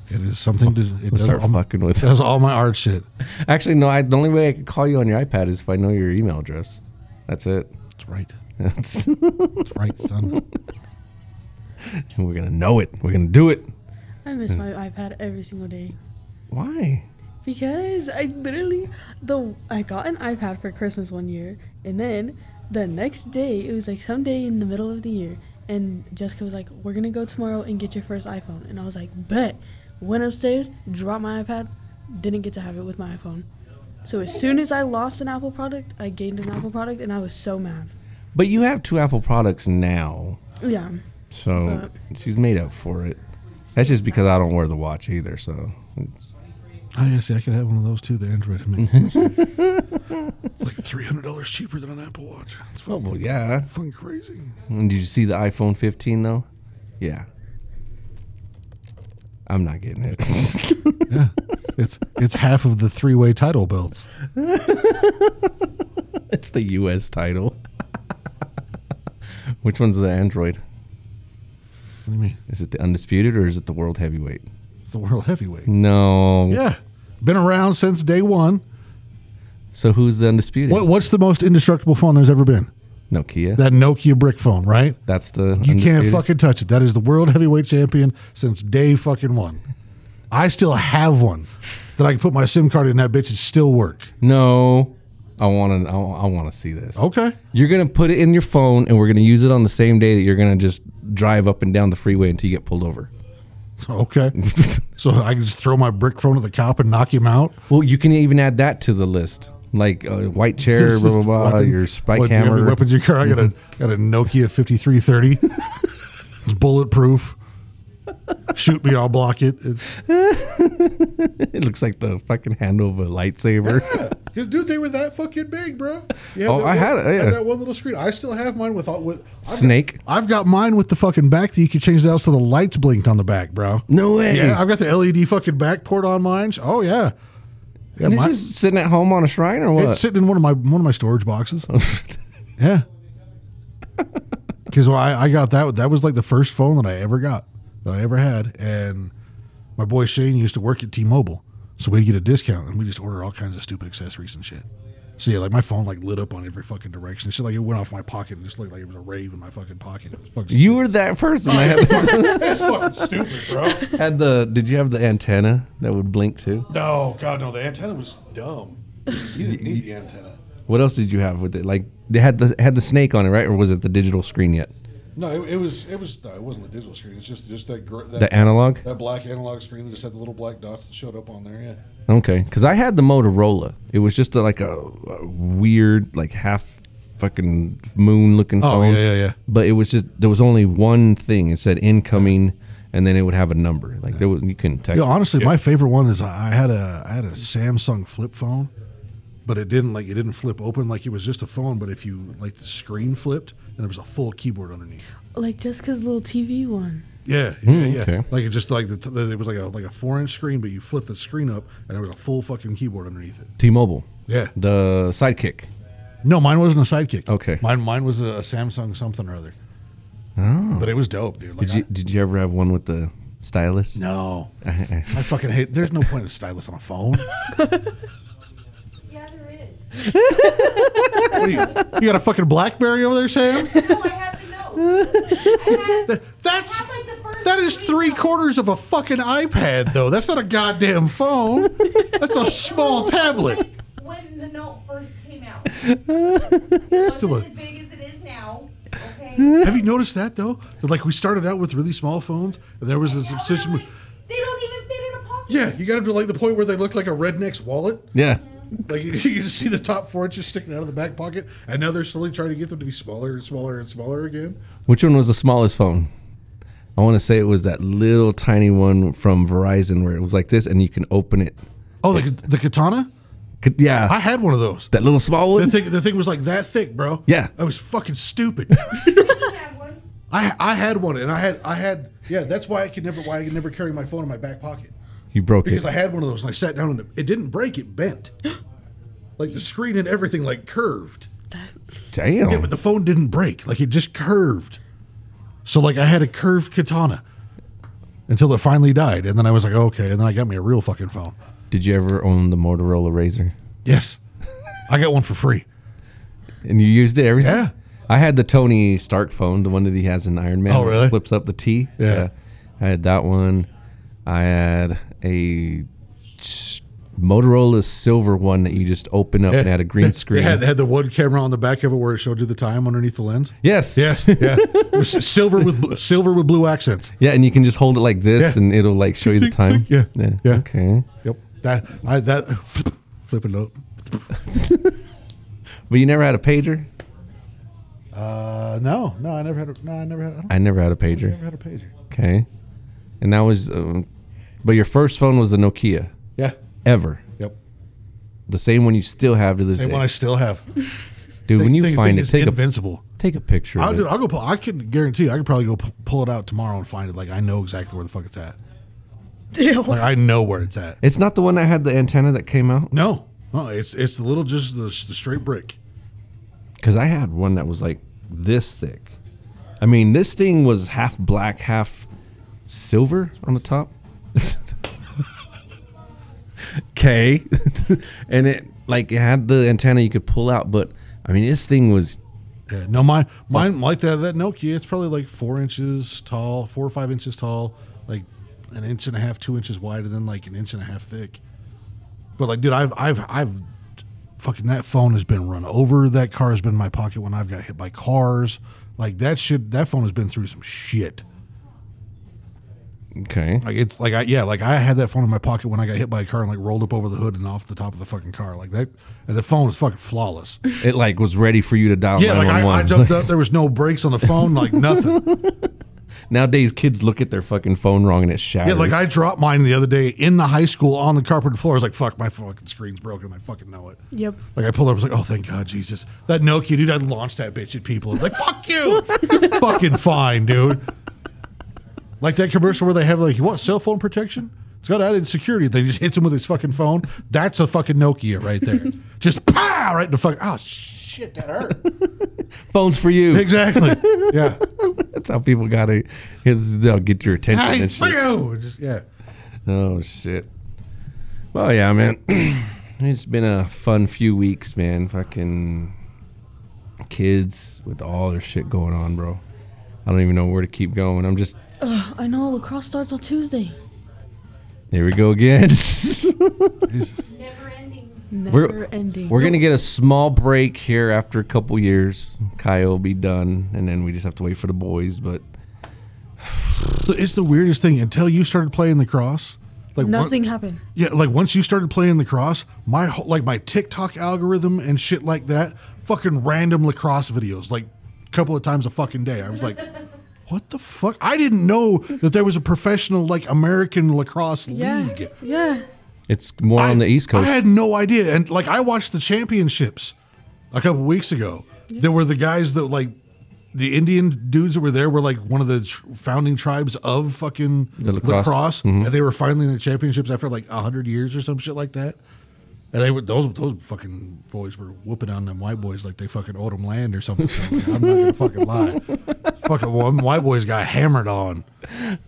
[SPEAKER 5] It is something to it does
[SPEAKER 4] start
[SPEAKER 5] all, my-
[SPEAKER 4] fucking with
[SPEAKER 5] does all my art shit.
[SPEAKER 4] Actually, no. I, the only way I could call you on your iPad is if I know your email address. That's it.
[SPEAKER 5] That's right. That's right, son.
[SPEAKER 4] We're gonna know it. We're gonna do it.
[SPEAKER 3] I miss my iPad every single day
[SPEAKER 4] Why?
[SPEAKER 3] because I literally the I got an iPad for Christmas one year, and then the next day it was like someday in the middle of the year, and Jessica was like, "We're gonna go tomorrow and get your first iPhone," and I was like, "Bet." Went upstairs, dropped my iPad, didn't get to have it with my iPhone. So as soon as I lost an Apple product, I gained an Apple product, and I was so mad.
[SPEAKER 4] But you have two Apple products now,
[SPEAKER 3] Yeah.
[SPEAKER 4] so
[SPEAKER 3] But-
[SPEAKER 4] she's made up for it. That's just because I don't wear the watch either. So it's,
[SPEAKER 5] Oh yeah, see, I could have one of those too. The Android. it's like three hundred dollars cheaper than an Apple Watch. It's fucking,
[SPEAKER 4] Oh, well, yeah.
[SPEAKER 5] fucking crazy.
[SPEAKER 4] And did you see the iPhone 15 though? Yeah. I'm not getting it.
[SPEAKER 5] It's it's half of the three way title belts.
[SPEAKER 4] it's the U.S. title. Which one's the Android?
[SPEAKER 5] What do you mean?
[SPEAKER 4] Is it the undisputed or is it the world heavyweight?
[SPEAKER 5] It's the world heavyweight.
[SPEAKER 4] No.
[SPEAKER 5] Yeah, been around since day one.
[SPEAKER 4] So who's the undisputed?
[SPEAKER 5] What what's the most indestructible phone there's ever been?
[SPEAKER 4] Nokia.
[SPEAKER 5] That Nokia brick phone, right?
[SPEAKER 4] That's the
[SPEAKER 5] You can't
[SPEAKER 4] undisputed?
[SPEAKER 5] fucking touch it. That is the world heavyweight champion since day fucking one. I still have one that I can put my SIM card in. That bitch and still work.
[SPEAKER 4] No. I want to. I, want to see this.
[SPEAKER 5] Okay.
[SPEAKER 4] You're gonna put it in your phone, and we're gonna use it on the same day that you're gonna just drive up and down the freeway until you get pulled over.
[SPEAKER 5] Okay. so I can just throw my brick phone at the cop and knock him out.
[SPEAKER 4] Well, you can even add that to the list, like uh, white chair, blah blah blah,
[SPEAKER 5] Weapon-
[SPEAKER 4] your spike
[SPEAKER 5] what, do you have any
[SPEAKER 4] hammer. Mm-hmm.
[SPEAKER 5] Weapons you carry. I got a got a Nokia fifty three thirty. It's bulletproof. Shoot me, I'll block it. It's,
[SPEAKER 4] It looks like the fucking handle of a lightsaber.
[SPEAKER 5] 'Cause, dude, they were that fucking big, bro. You had
[SPEAKER 4] Oh,
[SPEAKER 5] that
[SPEAKER 4] I
[SPEAKER 5] one-
[SPEAKER 4] had it, yeah.
[SPEAKER 5] had that one little screen. I still have mine with all- with I've got-
[SPEAKER 4] Snake.
[SPEAKER 5] I've got mine with the fucking back that you could change the out so the lights blinked on the back, bro.
[SPEAKER 4] No way.
[SPEAKER 5] Yeah, I've got the LED fucking back port on mine. Oh yeah. Yeah,
[SPEAKER 4] You're
[SPEAKER 5] mine-
[SPEAKER 4] just sitting at home on a shrine or what?
[SPEAKER 5] It's sitting in one of my one of my storage boxes. yeah. Because I, I got that that was like the first phone that I ever got that I ever had, and my boy Shane used to work at T-Mobile, so we'd get a discount and we just order all kinds of stupid accessories and shit. So yeah, like my phone like lit up on every fucking direction. It's like it went off my pocket and just looked like it was a rave in my fucking pocket. It was fucking
[SPEAKER 4] you were that person. I had,
[SPEAKER 5] That's fucking stupid, bro.
[SPEAKER 4] had the. Did you have the antenna that would blink too?
[SPEAKER 5] No, God, no. The antenna was dumb. You didn't need the antenna.
[SPEAKER 4] What else did you have with it? Like they had the had the snake on it, right? Or was it the digital screen yet?
[SPEAKER 5] No, it, it was it was no, it wasn't the digital screen. It's just just that gr- that,
[SPEAKER 4] The analog?
[SPEAKER 5] that black analog screen that just had the little black dots that showed up on there. Yeah,
[SPEAKER 4] Okay, because I had the Motorola. It was just a, like a, a weird, like half fucking moon looking
[SPEAKER 5] Oh,
[SPEAKER 4] phone.
[SPEAKER 5] yeah, yeah, yeah.
[SPEAKER 4] But it was just there was only one thing. It said incoming, and then it would have a number. Like there was you couldn't text.
[SPEAKER 5] Yo, honestly, my favorite one is I I had a I had a Samsung flip phone, but it didn't like it didn't flip open like it was just a phone. But if you like the screen flipped and there was a full keyboard underneath.
[SPEAKER 3] Like Jessica's little TV one.
[SPEAKER 5] Yeah, yeah, yeah.
[SPEAKER 4] Hmm, okay.
[SPEAKER 5] Like it just like the, the, it was like a like a four inch screen, but you flip the screen up and there was a full fucking keyboard underneath it.
[SPEAKER 4] T-Mobile.
[SPEAKER 5] Yeah.
[SPEAKER 4] The Sidekick.
[SPEAKER 5] No, mine wasn't a sidekick.
[SPEAKER 4] Okay.
[SPEAKER 5] Mine mine was a, Samsung something or other. Oh. But it was dope, dude. Like
[SPEAKER 4] Did you
[SPEAKER 5] I-
[SPEAKER 4] did you ever have one with the stylus?
[SPEAKER 5] no, I fucking hate. There's no point in stylus on a phone.
[SPEAKER 6] Yeah, there is.
[SPEAKER 5] What are you, you got a fucking BlackBerry over there, Sam?
[SPEAKER 6] No, I have to know. I have,
[SPEAKER 5] That's
[SPEAKER 6] That's like the first
[SPEAKER 5] that is
[SPEAKER 6] three
[SPEAKER 5] three
[SPEAKER 6] phones.
[SPEAKER 5] quarters of a fucking iPad, though. That's not a goddamn phone. That's a small tablet.
[SPEAKER 6] when the note first came out. It wasn't
[SPEAKER 5] Still a-
[SPEAKER 6] as big as it is now. Okay.
[SPEAKER 5] Have you noticed that though? That, like we started out with really small phones, and there was a
[SPEAKER 6] Now they're
[SPEAKER 5] substitution.
[SPEAKER 6] like, they don't even fit in a pocket.
[SPEAKER 5] Yeah, you got up to like the point where they looked like a redneck's wallet.
[SPEAKER 4] Yeah.
[SPEAKER 5] Like you, you just see the top four inches sticking out of the back pocket, and now they're slowly trying to get them to be smaller and smaller and smaller again.
[SPEAKER 4] Which one was the smallest phone? I want to say it was that little tiny one from Verizon where it was like this, and you can open it.
[SPEAKER 5] Oh, the, the katana!
[SPEAKER 4] Could- Yeah.
[SPEAKER 5] I had one of those.
[SPEAKER 4] that little small
[SPEAKER 5] The
[SPEAKER 4] one.
[SPEAKER 5] thing, the thing was like that thick, bro.
[SPEAKER 4] Yeah.
[SPEAKER 5] I was fucking stupid.
[SPEAKER 6] You have one.
[SPEAKER 5] I I had one, and I had I had yeah. That's why I could never why I could never carry my phone in my back pocket
[SPEAKER 4] You broke it.
[SPEAKER 5] because I had one of those, and I sat down and it, it didn't break, it bent. Like the screen and everything, like curved.
[SPEAKER 4] Damn.
[SPEAKER 5] Yeah, but the phone didn't break. Like it just curved. So like I had a curved katana until it finally died, and then I was like, okay. And then I got me a real fucking phone.
[SPEAKER 4] Did you ever own the Motorola Razor?
[SPEAKER 5] Yes, I got one for free.
[SPEAKER 4] And you used it everything?
[SPEAKER 5] Yeah.
[SPEAKER 4] I had the Tony Stark phone, the one that he has in Iron Man.
[SPEAKER 5] Oh,
[SPEAKER 4] that
[SPEAKER 5] really?
[SPEAKER 4] Flips up the T.
[SPEAKER 5] Yeah.
[SPEAKER 4] I had that one. I had a s- Motorola silver one that you just open up and had a green screen.
[SPEAKER 5] It had, it had the one camera on the back of it where it showed you the time underneath the lens.
[SPEAKER 4] Yes.
[SPEAKER 5] Yes, yeah, It was silver with bl- silver with blue accents.
[SPEAKER 4] Yeah, and you can just hold it like this,
[SPEAKER 5] Yeah.
[SPEAKER 4] and it'll like show you the
[SPEAKER 5] Click, click,
[SPEAKER 4] time.
[SPEAKER 5] yeah, yeah.
[SPEAKER 4] Okay.
[SPEAKER 5] Yep. That I that flip it up.
[SPEAKER 4] But you never had a pager.
[SPEAKER 5] Uh, no, no, I never had. A, no, I never had. I, don't,
[SPEAKER 4] I never had a
[SPEAKER 5] I
[SPEAKER 4] pager.
[SPEAKER 5] never had a pager.
[SPEAKER 4] Okay. And that was, um, but your first phone was the Nokia
[SPEAKER 5] Yeah.
[SPEAKER 4] ever,
[SPEAKER 5] Yep.
[SPEAKER 4] the same one you still have to this
[SPEAKER 5] Same
[SPEAKER 4] day.
[SPEAKER 5] one I still have.
[SPEAKER 4] Dude, when you
[SPEAKER 5] Thing-
[SPEAKER 4] find
[SPEAKER 5] thing
[SPEAKER 4] it,
[SPEAKER 5] is
[SPEAKER 4] take a
[SPEAKER 5] invincible.
[SPEAKER 4] Take a picture.
[SPEAKER 5] I'll,
[SPEAKER 4] Of
[SPEAKER 5] do,
[SPEAKER 4] it.
[SPEAKER 5] I'll go. Pull, I can guarantee. You, I could probably go pu- pull it out tomorrow and find it. Like I know exactly where the fuck it's at. Like I know where it's at.
[SPEAKER 4] It's not the one that had the antenna that came out
[SPEAKER 5] No, no, it's it's the little just the, the straight brick.
[SPEAKER 4] because I had one that was like this thick. I mean, this thing was half black, half silver on the top. Okay, and it like it had the antenna you could pull out, but I mean, this thing was
[SPEAKER 5] Yeah, no, mine, mine like that. That Nokia, it's probably like four inches tall, four or five inches tall, like an inch and a half, two inches wide, and then like an inch and a half thick. But like, dude, I've, I've, I've, fucking that phone has been run over. That car has been in my pocket when I've got hit by cars. Like that shit. That phone has been through some shit.
[SPEAKER 4] okay.
[SPEAKER 5] Like it's like I yeah, like I had that phone in my pocket when I got hit by a car and like rolled up over the hood and off the top of the fucking car. Like that, and the phone is fucking flawless.
[SPEAKER 4] It like was ready for you to dial
[SPEAKER 5] Yeah,
[SPEAKER 4] nine
[SPEAKER 5] like
[SPEAKER 4] one
[SPEAKER 5] I, I
[SPEAKER 4] one.
[SPEAKER 5] jumped up. There was no brakes on the phone. Like nothing.
[SPEAKER 4] Nowadays, kids look at their fucking phone wrong and it
[SPEAKER 5] Yeah,
[SPEAKER 4] shatters.
[SPEAKER 5] like I dropped mine the other day in the high school on the carpeted floor. I was like, fuck, my fucking screen's broken. I fucking know it.
[SPEAKER 3] Yep.
[SPEAKER 5] Like I pulled up, I was like, oh, thank God, Jesus. That Nokia, dude, I launched that bitch at people. I was like, fuck you. You're fucking fine, dude. Like that commercial where they have, like, you want cell phone protection? It's got added security. They just hits him with his fucking phone. That's a fucking Nokia right there. just pow, right in the fucking, oh, shit, that hurt.
[SPEAKER 4] phones for you.
[SPEAKER 5] exactly. Yeah.
[SPEAKER 4] That's how people gotta here's- they'll get your attention.
[SPEAKER 5] hey,
[SPEAKER 4] and
[SPEAKER 5] for
[SPEAKER 4] shit.
[SPEAKER 5] you. Just, yeah.
[SPEAKER 4] Oh shit. Well, yeah, man. it's been a fun few weeks, man. Fucking kids with all their shit going on, bro. I don't even know where to keep going. I'm just
[SPEAKER 3] I know lacrosse starts on Tuesday.
[SPEAKER 4] here we go again.
[SPEAKER 6] Never ending.
[SPEAKER 3] Never
[SPEAKER 4] We're,
[SPEAKER 3] ending.
[SPEAKER 4] we're gonna get a small break here after a couple years. Kyle will be done, and then we just have to wait for the boys. But
[SPEAKER 5] So it's the weirdest thing until you started playing the cross. Like one-
[SPEAKER 3] Nothing happened.
[SPEAKER 5] yeah, like once you started playing lacrosse, my whole, like my TikTok algorithm and shit like that, fucking random lacrosse videos, like a couple of times a fucking day. I was like, what the fuck? I didn't know that there was a professional like American lacrosse
[SPEAKER 3] Yeah.
[SPEAKER 5] league.
[SPEAKER 3] Yeah.
[SPEAKER 4] it's more on the East Coast.
[SPEAKER 5] I had no idea. And like I watched the championships a couple weeks ago. There were the guys that like the Indian dudes that were there were like one of the tr- founding tribes of fucking
[SPEAKER 4] The
[SPEAKER 5] lacrosse,
[SPEAKER 4] lacrosse. Mm-hmm.
[SPEAKER 5] and they were finally in the championships after like hundred years or some shit like that. And they were those those fucking boys were whooping on them white boys like they fucking owed them land or something. So, like, I'm not gonna fucking lie. fucking one white boys got hammered on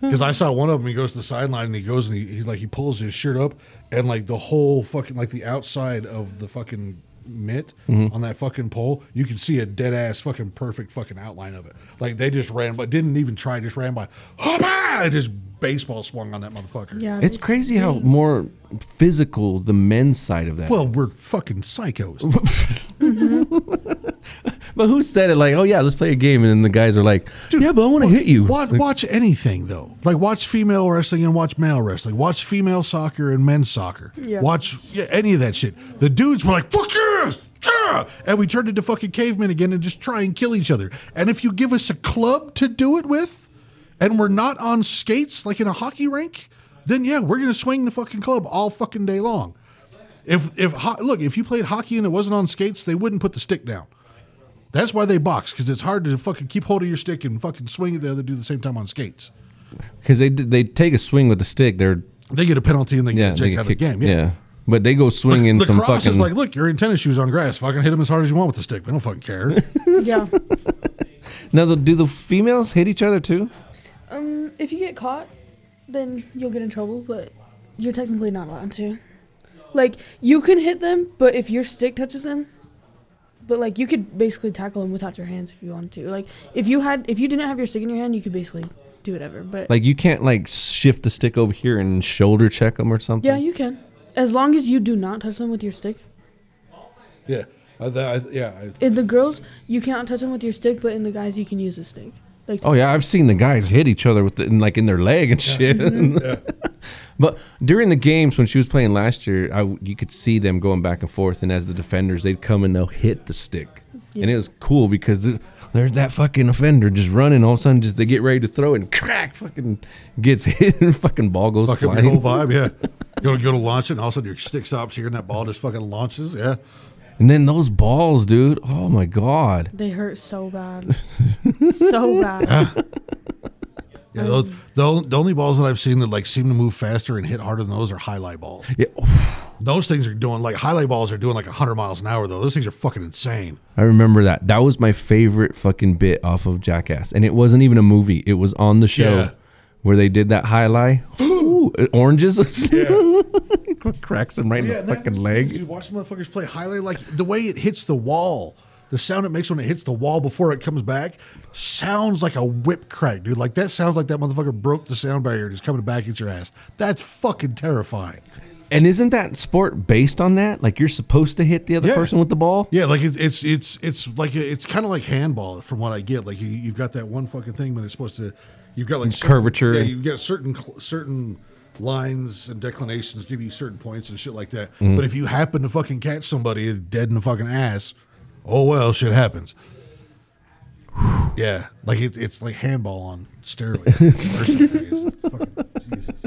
[SPEAKER 5] because I saw one of them. He goes to the sideline and he goes and he, he like he pulls his shirt up and like the whole fucking like the outside of the fucking mitt on that fucking pole, you can see a dead ass fucking perfect fucking outline of it. Like they just ran, but didn't even try. Just ran by. Hoppa! Just baseball swung on that motherfucker.
[SPEAKER 3] Yeah.
[SPEAKER 4] it's
[SPEAKER 3] this
[SPEAKER 4] crazy how
[SPEAKER 3] thing.
[SPEAKER 4] more physical the men's side of that.
[SPEAKER 5] Well,
[SPEAKER 4] is.
[SPEAKER 5] we're fucking psychos.
[SPEAKER 4] but who said it? Like, oh yeah, let's play a game, and then the guys are like, yeah, but I want to hit you.
[SPEAKER 5] Watch, watch anything though. Like watch female wrestling and watch male wrestling. Watch female soccer and men's soccer.
[SPEAKER 3] Yeah.
[SPEAKER 5] Watch yeah, any of that shit. The dudes were like, "Fuck yes!" Yeah! And we turned into fucking cavemen again and just try and kill each other. And if you give us a club to do it with, and we're not on skates like in a hockey rink, then yeah, we're gonna swing the fucking club all fucking day long. If if ho- look, if you played hockey and it wasn't on skates, they wouldn't put the stick down. That's why they box because it's hard to fucking keep hold of your stick and fucking swing at the other dude at the same time on skates.
[SPEAKER 4] Because they d- they take a swing with the stick. They're
[SPEAKER 5] They get a penalty and they
[SPEAKER 4] yeah,
[SPEAKER 5] get
[SPEAKER 4] they
[SPEAKER 5] kicked
[SPEAKER 4] get
[SPEAKER 5] out of the
[SPEAKER 4] kicked-
[SPEAKER 5] game.
[SPEAKER 4] Yeah.
[SPEAKER 5] Yeah,
[SPEAKER 4] but they go swing in
[SPEAKER 5] the
[SPEAKER 4] some
[SPEAKER 5] cross
[SPEAKER 4] fucking.
[SPEAKER 5] is like, look, you're in tennis shoes on grass. Fucking hit them as hard as you want with the stick. We don't fucking care.
[SPEAKER 3] Yeah.
[SPEAKER 4] now, the, do the females hit each other too?
[SPEAKER 3] um, if you get caught, then you'll get in trouble, but you're technically not allowed to. Like, you can hit them, but if your stick touches them, but like you could basically tackle them without your hands if you wanted to. Like, if you had, if you didn't have your stick in your hand, you could basically do whatever. But
[SPEAKER 4] Like, you can't like shift the stick over here and shoulder check them or something.
[SPEAKER 3] yeah, you can, as long as you do not touch them with your stick.
[SPEAKER 5] yeah, I, that, I, yeah. I,
[SPEAKER 3] In the girls, you cannot touch them with your stick, but in the guys, you can use a stick. Like,
[SPEAKER 4] Oh yeah, I've seen the guys hit each other with the, in, like in their leg and shit. but during the games when she was playing last year, I w you could see them going back and forth, and as the defenders, they'd come and they'll hit the stick, and it was cool because th- there's that fucking offender just running. All of a sudden, just they get ready to throw and crack, fucking gets hit, and fucking ball goes
[SPEAKER 5] fuck up your whole
[SPEAKER 4] flying.
[SPEAKER 5] vibe. Yeah, you're gonna go to launch it, and all of a sudden your stick stops here, and that ball just fucking launches. Yeah,
[SPEAKER 4] And then those balls, dude. Oh my god.
[SPEAKER 3] they hurt so bad, so bad.
[SPEAKER 5] yeah. Those, the, on- the only balls that I've seen that like seem to move faster and hit harder than those are highlight balls.
[SPEAKER 4] Yeah.
[SPEAKER 5] Those things are doing like highlight balls are doing like 100 miles an hour though. Those things are fucking insane.
[SPEAKER 4] I remember that. That was my favorite fucking bit off of Jackass, and it wasn't even a movie. It was on the show
[SPEAKER 5] Yeah.
[SPEAKER 4] where they did that highlight. Ooh, oranges. Cracks him right
[SPEAKER 5] Yeah,
[SPEAKER 4] in
[SPEAKER 5] and
[SPEAKER 4] the
[SPEAKER 5] that-
[SPEAKER 4] fucking leg.
[SPEAKER 5] Dude, watch the motherfuckers play highlight like the way it hits the wall. The sound it makes when it hits the wall before it comes back sounds like a whip crack, dude. Like that sounds like that motherfucker broke the sound barrier and is coming back at your ass. That's fucking terrifying.
[SPEAKER 4] And isn't that sport based on that? Like you're supposed to hit the other
[SPEAKER 5] Yeah.
[SPEAKER 4] person with the ball.
[SPEAKER 5] Yeah, like it, it's it's it's like it's kind of like handball from what I get. Like you, you've got that one fucking thing when it's supposed to, you've got like certain-
[SPEAKER 4] Curvature.
[SPEAKER 5] Yeah, you've got certain cl- certain lines and declinations give you certain points and shit like that.
[SPEAKER 4] Mm-hmm.
[SPEAKER 5] But if you happen to fucking catch somebody dead in the fucking ass, oh well, shit happens. yeah, like it, it's like handball on steroids. Fucking Jesus.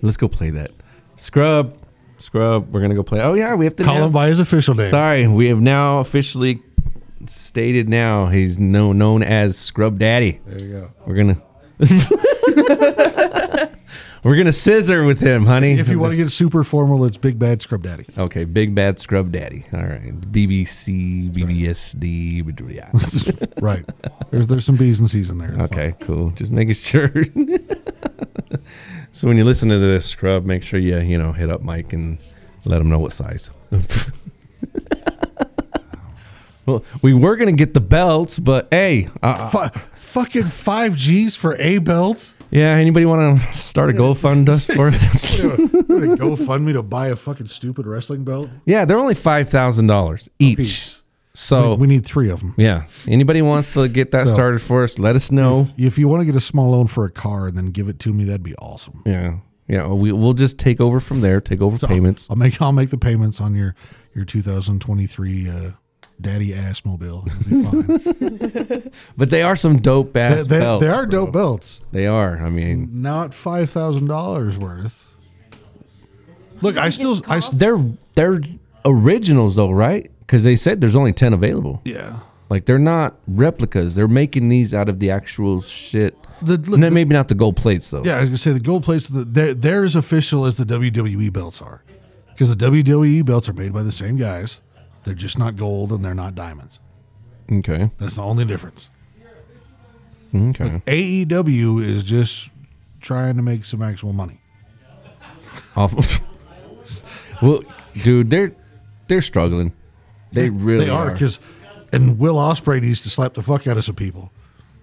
[SPEAKER 4] Let's go play that. Scrub, scrub. We're gonna go play. Oh yeah, we have to
[SPEAKER 5] Call
[SPEAKER 4] now-
[SPEAKER 5] him by his official name.
[SPEAKER 4] Sorry, we have now officially stated now he's no, known as Scrub Daddy.
[SPEAKER 5] There you go.
[SPEAKER 4] We're gonna We're gonna scissor with him, honey.
[SPEAKER 5] If you want to get super formal, it's Big Bad Scrub Daddy.
[SPEAKER 4] Okay, big bad scrub daddy. All right, BBC, BBSD, yeah.
[SPEAKER 5] Right. There's there's some B's and C's in there. It's
[SPEAKER 4] Okay, cool. Just making sure. so when you listen to this scrub, make sure you you know hit up Mike and let him know what size. well, we were gonna get the belts, but hey, uh,
[SPEAKER 5] Fu- fucking five G's for a belt.
[SPEAKER 4] Yeah, anybody want to start a GoFund us for us?
[SPEAKER 5] Go fund me to buy a fucking stupid wrestling belt
[SPEAKER 4] yeah, they're only five thousand dollars each. Oh.
[SPEAKER 5] piece.
[SPEAKER 4] So
[SPEAKER 5] We need three of them.
[SPEAKER 4] yeah, anybody wants to get that
[SPEAKER 5] So-
[SPEAKER 4] started for us? Let us know.
[SPEAKER 5] If you want to get a small loan for a car and then give it to me, that'd be awesome.
[SPEAKER 4] Yeah, yeah. well, We we'll just take over from there. Take over
[SPEAKER 5] So uh,
[SPEAKER 4] payments.
[SPEAKER 5] I'll make I'll make the payments on your your 2023 uh, daddy ass mobile. It'll be fine.
[SPEAKER 4] But they are some dope
[SPEAKER 5] they,
[SPEAKER 4] ass
[SPEAKER 5] they-
[SPEAKER 4] belts.
[SPEAKER 5] they are
[SPEAKER 4] bro.
[SPEAKER 5] dope belts,
[SPEAKER 4] They are. I mean,
[SPEAKER 5] not five thousand dollars worth. Look, I still I s-
[SPEAKER 4] they're they're originals though, right? Because they said there's only ten available.
[SPEAKER 5] yeah.
[SPEAKER 4] Like they're not replicas. They're making these out of the actual shit.
[SPEAKER 5] The- look,
[SPEAKER 4] No,
[SPEAKER 5] the-
[SPEAKER 4] maybe not the gold plates though.
[SPEAKER 5] Yeah, I was gonna say the gold plates. The, they're, they're as official as the WWE belts are, because the WWE belts are made by the same guys. They're just not gold and they're not diamonds.
[SPEAKER 4] Okay.
[SPEAKER 5] That's the only difference.
[SPEAKER 4] Okay.
[SPEAKER 5] AEW is just trying to make some actual money.
[SPEAKER 4] Off- well, dude, they're they're struggling. They really
[SPEAKER 5] they are
[SPEAKER 4] are.
[SPEAKER 5] because, and Will Osprey needs to slap the fuck out of some people.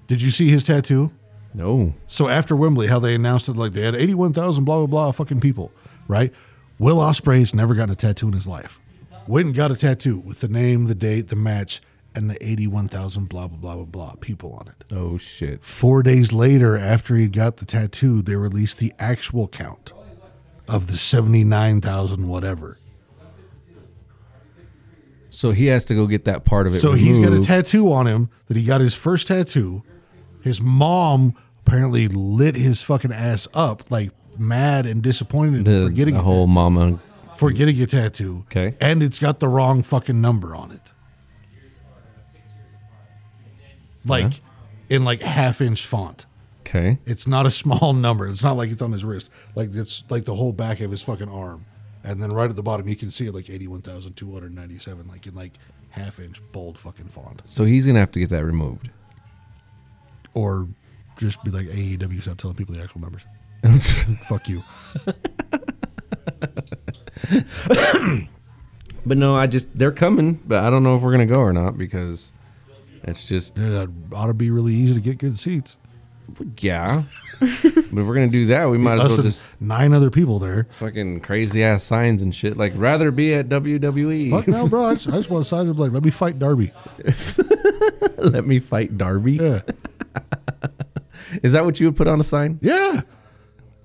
[SPEAKER 5] Did you see his tattoo?
[SPEAKER 4] No.
[SPEAKER 5] So after Wembley, how they announced it, like they had eighty-one thousand blah blah blah fucking people, right? Will Osprey's never gotten a tattoo in his life. Went and got a tattoo with the name, the date, the match, and the eighty-one thousand blah blah blah blah blah people on it.
[SPEAKER 4] Oh shit.
[SPEAKER 5] Four days later, after he got the tattoo, they released the actual count of the seventy-nine thousand whatever.
[SPEAKER 4] So he has to go get that part of it.
[SPEAKER 5] So he's got a
[SPEAKER 4] removed.
[SPEAKER 5] tattoo on him that he got his first tattoo. His mom apparently lit his fucking ass up, like mad and disappointed
[SPEAKER 4] the,
[SPEAKER 5] for getting
[SPEAKER 4] the
[SPEAKER 5] a
[SPEAKER 4] whole mama.
[SPEAKER 5] tat- for getting a tattoo.
[SPEAKER 4] Okay.
[SPEAKER 5] and it's got the wrong fucking number on it. Like in like half inch font.
[SPEAKER 4] Okay.
[SPEAKER 5] It's not a small number. It's not like it's on his wrist. Like it's like the whole back of his fucking arm. And then right at the bottom, you can see it like eighty-one thousand two hundred ninety-seven, like in like half-inch bold fucking font.
[SPEAKER 4] So he's gonna have to get that removed.
[SPEAKER 5] or just be like AEW stop telling people the actual numbers. Fuck you.
[SPEAKER 4] But no, I just they're coming, but I don't know if we're gonna go or not because it's just
[SPEAKER 5] Dude, that ought to be really easy to get good seats.
[SPEAKER 4] yeah. but if we're gonna do that, we might as
[SPEAKER 5] Us
[SPEAKER 4] well
[SPEAKER 5] and
[SPEAKER 4] just
[SPEAKER 5] nine other people there.
[SPEAKER 4] fucking crazy ass signs and shit. Like rather be at E.
[SPEAKER 5] Fuck
[SPEAKER 4] WWE.
[SPEAKER 5] no, bro. I just, I just want to size up like, let me fight Darby.
[SPEAKER 4] Let me fight Darby.
[SPEAKER 5] Yeah.
[SPEAKER 4] Is that what you would put on a sign?
[SPEAKER 5] Yeah.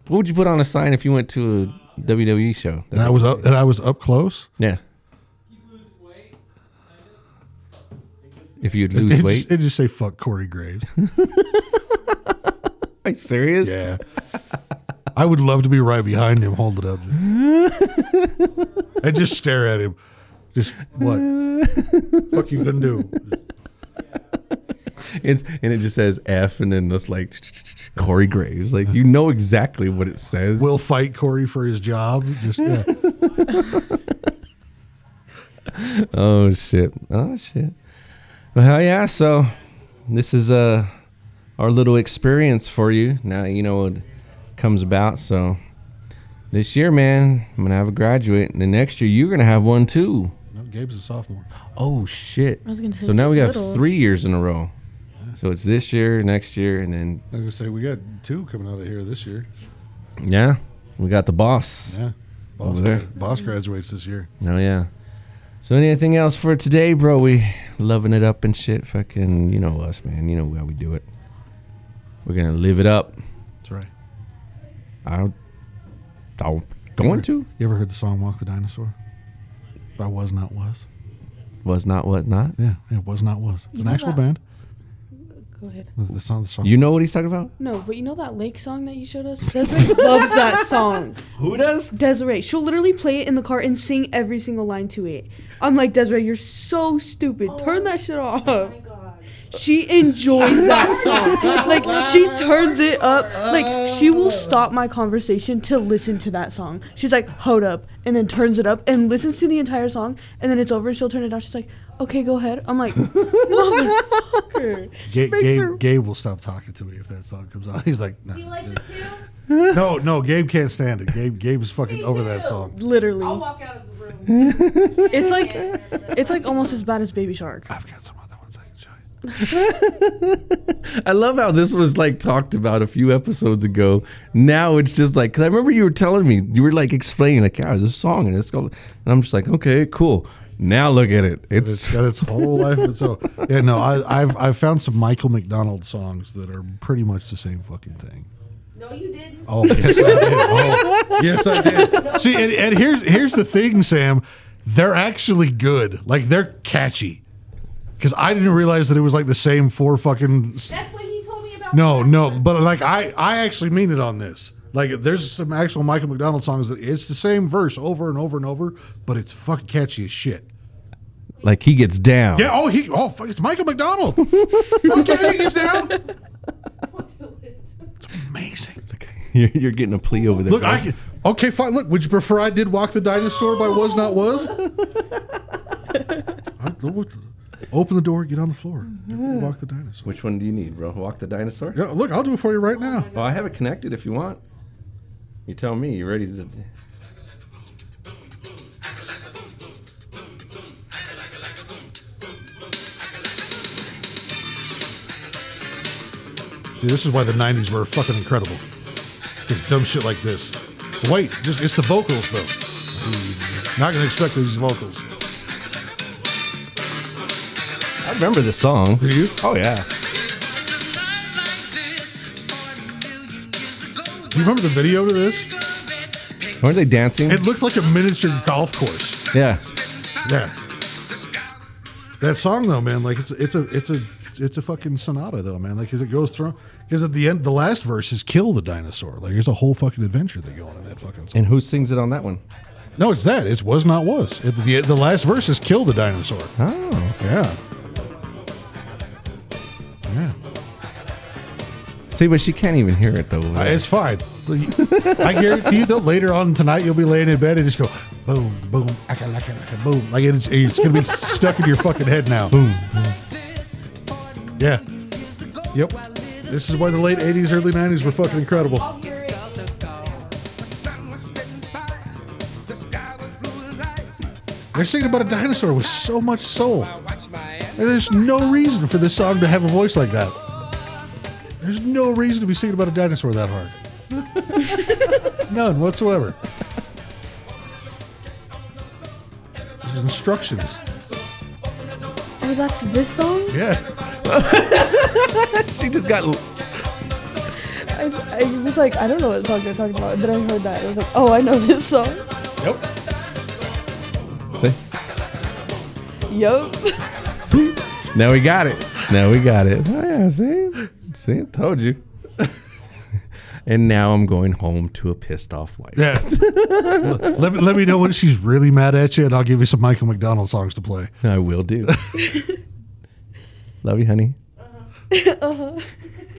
[SPEAKER 4] What would you put on a sign if you went to a WWE show?
[SPEAKER 5] And I was up and I was up close.
[SPEAKER 4] yeah. If you'd
[SPEAKER 5] It
[SPEAKER 4] lose
[SPEAKER 5] just-
[SPEAKER 4] weight,
[SPEAKER 5] it just say fuck Corey Graves.
[SPEAKER 4] are you serious?
[SPEAKER 5] Yeah. I would love to be right behind him, hold it up. and just stare at him. Just what? fuck you gonna do?
[SPEAKER 4] It's and it just says F and then it's like Corey Graves. Like you know exactly what it says.
[SPEAKER 5] Will fight Corey for his job. Just yeah.
[SPEAKER 4] Oh shit. Oh shit. Well hell yeah, so this is uh our little experience for you. Now you know what comes about, so this year, man, I'm gonna have a graduate, and the next year you're gonna have one too.
[SPEAKER 5] No, Gabe's a sophomore.
[SPEAKER 4] Oh shit!
[SPEAKER 3] I was gonna say
[SPEAKER 4] so now we
[SPEAKER 3] he's
[SPEAKER 4] got
[SPEAKER 3] little.
[SPEAKER 4] three years in a row. So it's this year, next year, and then
[SPEAKER 5] I was gonna say we got two coming out of here this year.
[SPEAKER 4] yeah, we got the boss.
[SPEAKER 5] Yeah, boss,
[SPEAKER 4] Over there.
[SPEAKER 5] boss graduates this year.
[SPEAKER 4] Oh yeah. So anything else for today, bro? We loving it up and shit. Fucking, you know us, man. You know how we do it. We're gonna live it up.
[SPEAKER 5] That's right.
[SPEAKER 4] I, I'm going to
[SPEAKER 5] You ever heard the song "Walk the Dinosaur"? By Was Not Was.
[SPEAKER 4] was not what not.
[SPEAKER 5] Yeah, yeah, Was Not Was. It's
[SPEAKER 3] You
[SPEAKER 5] an
[SPEAKER 3] know
[SPEAKER 5] actual
[SPEAKER 3] that-
[SPEAKER 5] band.
[SPEAKER 3] Go ahead.
[SPEAKER 5] The, the song, the song.
[SPEAKER 4] You know what he's talking about?
[SPEAKER 3] No, but you know that lake song that you showed us? Desiree loves that song.
[SPEAKER 4] Who does?
[SPEAKER 3] Desiree, she'll literally play it in the car and sing every single line to it. I'm like, Desiree, you're so stupid. Turn that shit off.
[SPEAKER 6] my God.
[SPEAKER 3] She enjoys that song. Like she turns it up. Like she will stop my conversation to listen to that song. She's like, "Hold up," and then turns it up and listens to the entire song. And then it's over, and she'll turn it down. She's like, "Okay, go ahead." I'm like, "Motherfucker!"
[SPEAKER 5] Ga-
[SPEAKER 3] makes
[SPEAKER 5] Gabe,
[SPEAKER 3] her-
[SPEAKER 5] Gabe will stop talking to me if that song comes on. He's like, no,
[SPEAKER 6] He likes it too?
[SPEAKER 5] no, no. Gabe can't stand it. Gabe, Gabe's fucking
[SPEAKER 6] Me
[SPEAKER 5] over that
[SPEAKER 6] too.
[SPEAKER 5] song.
[SPEAKER 6] I'll
[SPEAKER 3] Literally,
[SPEAKER 6] walk out of the room.
[SPEAKER 3] it's like it's like almost as bad as Baby Shark.
[SPEAKER 5] I've got some other ones I can show you.
[SPEAKER 4] I love how this was like talked about a few episodes ago. Now it's just like because I remember you were telling me you were like explaining like yeah, this song and it's called and I'm just like okay cool. Now look at it.
[SPEAKER 5] It's
[SPEAKER 4] It's
[SPEAKER 5] got its whole life of its own. Yeah, no, I, I've I've found some Michael McDonald songs that are pretty much the same fucking thing.
[SPEAKER 6] No, you didn't.
[SPEAKER 5] Oh yes, I did. Oh, yes, I did. See, and, and here's here's the thing, Sam. They're actually good. Like they're catchy. Because I didn't realize that it was like the same four fucking.
[SPEAKER 6] That's what he told me about.
[SPEAKER 5] No,
[SPEAKER 6] the
[SPEAKER 5] no,
[SPEAKER 6] last one.
[SPEAKER 5] but like I I actually mean it on this. Like there's some actual Michael McDonald songs that it's the same verse over and over and over, but it's fucking catchy as shit.
[SPEAKER 4] like he gets down.
[SPEAKER 5] Yeah. Oh, he. Oh, fuck, it's Michael McDonald. okay, he's down.
[SPEAKER 6] Don't do it.
[SPEAKER 5] Amazing.
[SPEAKER 4] You're, you're getting a plea over there.
[SPEAKER 5] Look,
[SPEAKER 4] bro.
[SPEAKER 5] I can. Okay, fine. Look, would you prefer I did Walk the Dinosaur by Was Not Was? I don't know what the- open the door, get on the floor. Everybody Walk the Dinosaur.
[SPEAKER 4] Which one do you need, bro? Walk the dinosaur.
[SPEAKER 5] Yeah, look, I'll do it for you right now.
[SPEAKER 4] Well, I have it connected if you want. You tell me. You ready to?
[SPEAKER 5] See, this is why the 90s were fucking incredible. It's dumb shit like this. Wait, just it's the vocals, though. Not going to expect these vocals.
[SPEAKER 4] I remember this song.
[SPEAKER 5] Do you?
[SPEAKER 4] Oh yeah.
[SPEAKER 5] Do you remember the video to this?
[SPEAKER 4] Weren't they dancing?
[SPEAKER 5] It looks like a miniature golf course.
[SPEAKER 4] yeah.
[SPEAKER 5] Yeah. That song though, man, like it's it's a it's a it's a fucking sonata though, man. Like as it goes through, because at the end, the last verse is "kill the dinosaur." Like there's a whole fucking adventure they go on in that fucking song.
[SPEAKER 4] And who sings it on that one?
[SPEAKER 5] No, it's that. It's was not was. It, the the last verse is "kill the dinosaur."
[SPEAKER 4] Oh.
[SPEAKER 5] Yeah. Yeah.
[SPEAKER 4] See, but she can't even hear it though.
[SPEAKER 5] Uh, It's fine. I guarantee you though, later on tonight, you'll be laying in bed and just go boom, boom, aka, laka, laka, boom. Like it's, it's going to be stuck in your fucking head now. Boom. boom. Yeah. Yep. This is why the late 80s, early 90s were fucking incredible.
[SPEAKER 6] I'll hear it.
[SPEAKER 5] They're singing about a dinosaur with so much soul. And there's no reason for this song to have a voice like that. There's no reason to be singing about a dinosaur that hard. None whatsoever. This is instructions.
[SPEAKER 3] Oh, that's this song?
[SPEAKER 5] Yeah.
[SPEAKER 4] she just got.
[SPEAKER 3] I, I was like, I don't know what song they're talking about. And then I heard that. I was like, oh, I know this song.
[SPEAKER 5] Yep.
[SPEAKER 3] Yup.
[SPEAKER 4] Now we got it. Now we got it. Oh, yeah. See, see, told you. and now I'm going home to a pissed off wife.
[SPEAKER 5] Yeah. let, me, let me know when she's really mad at you, and I'll give you some Michael McDonald songs to play.
[SPEAKER 4] I will do. Love you, honey.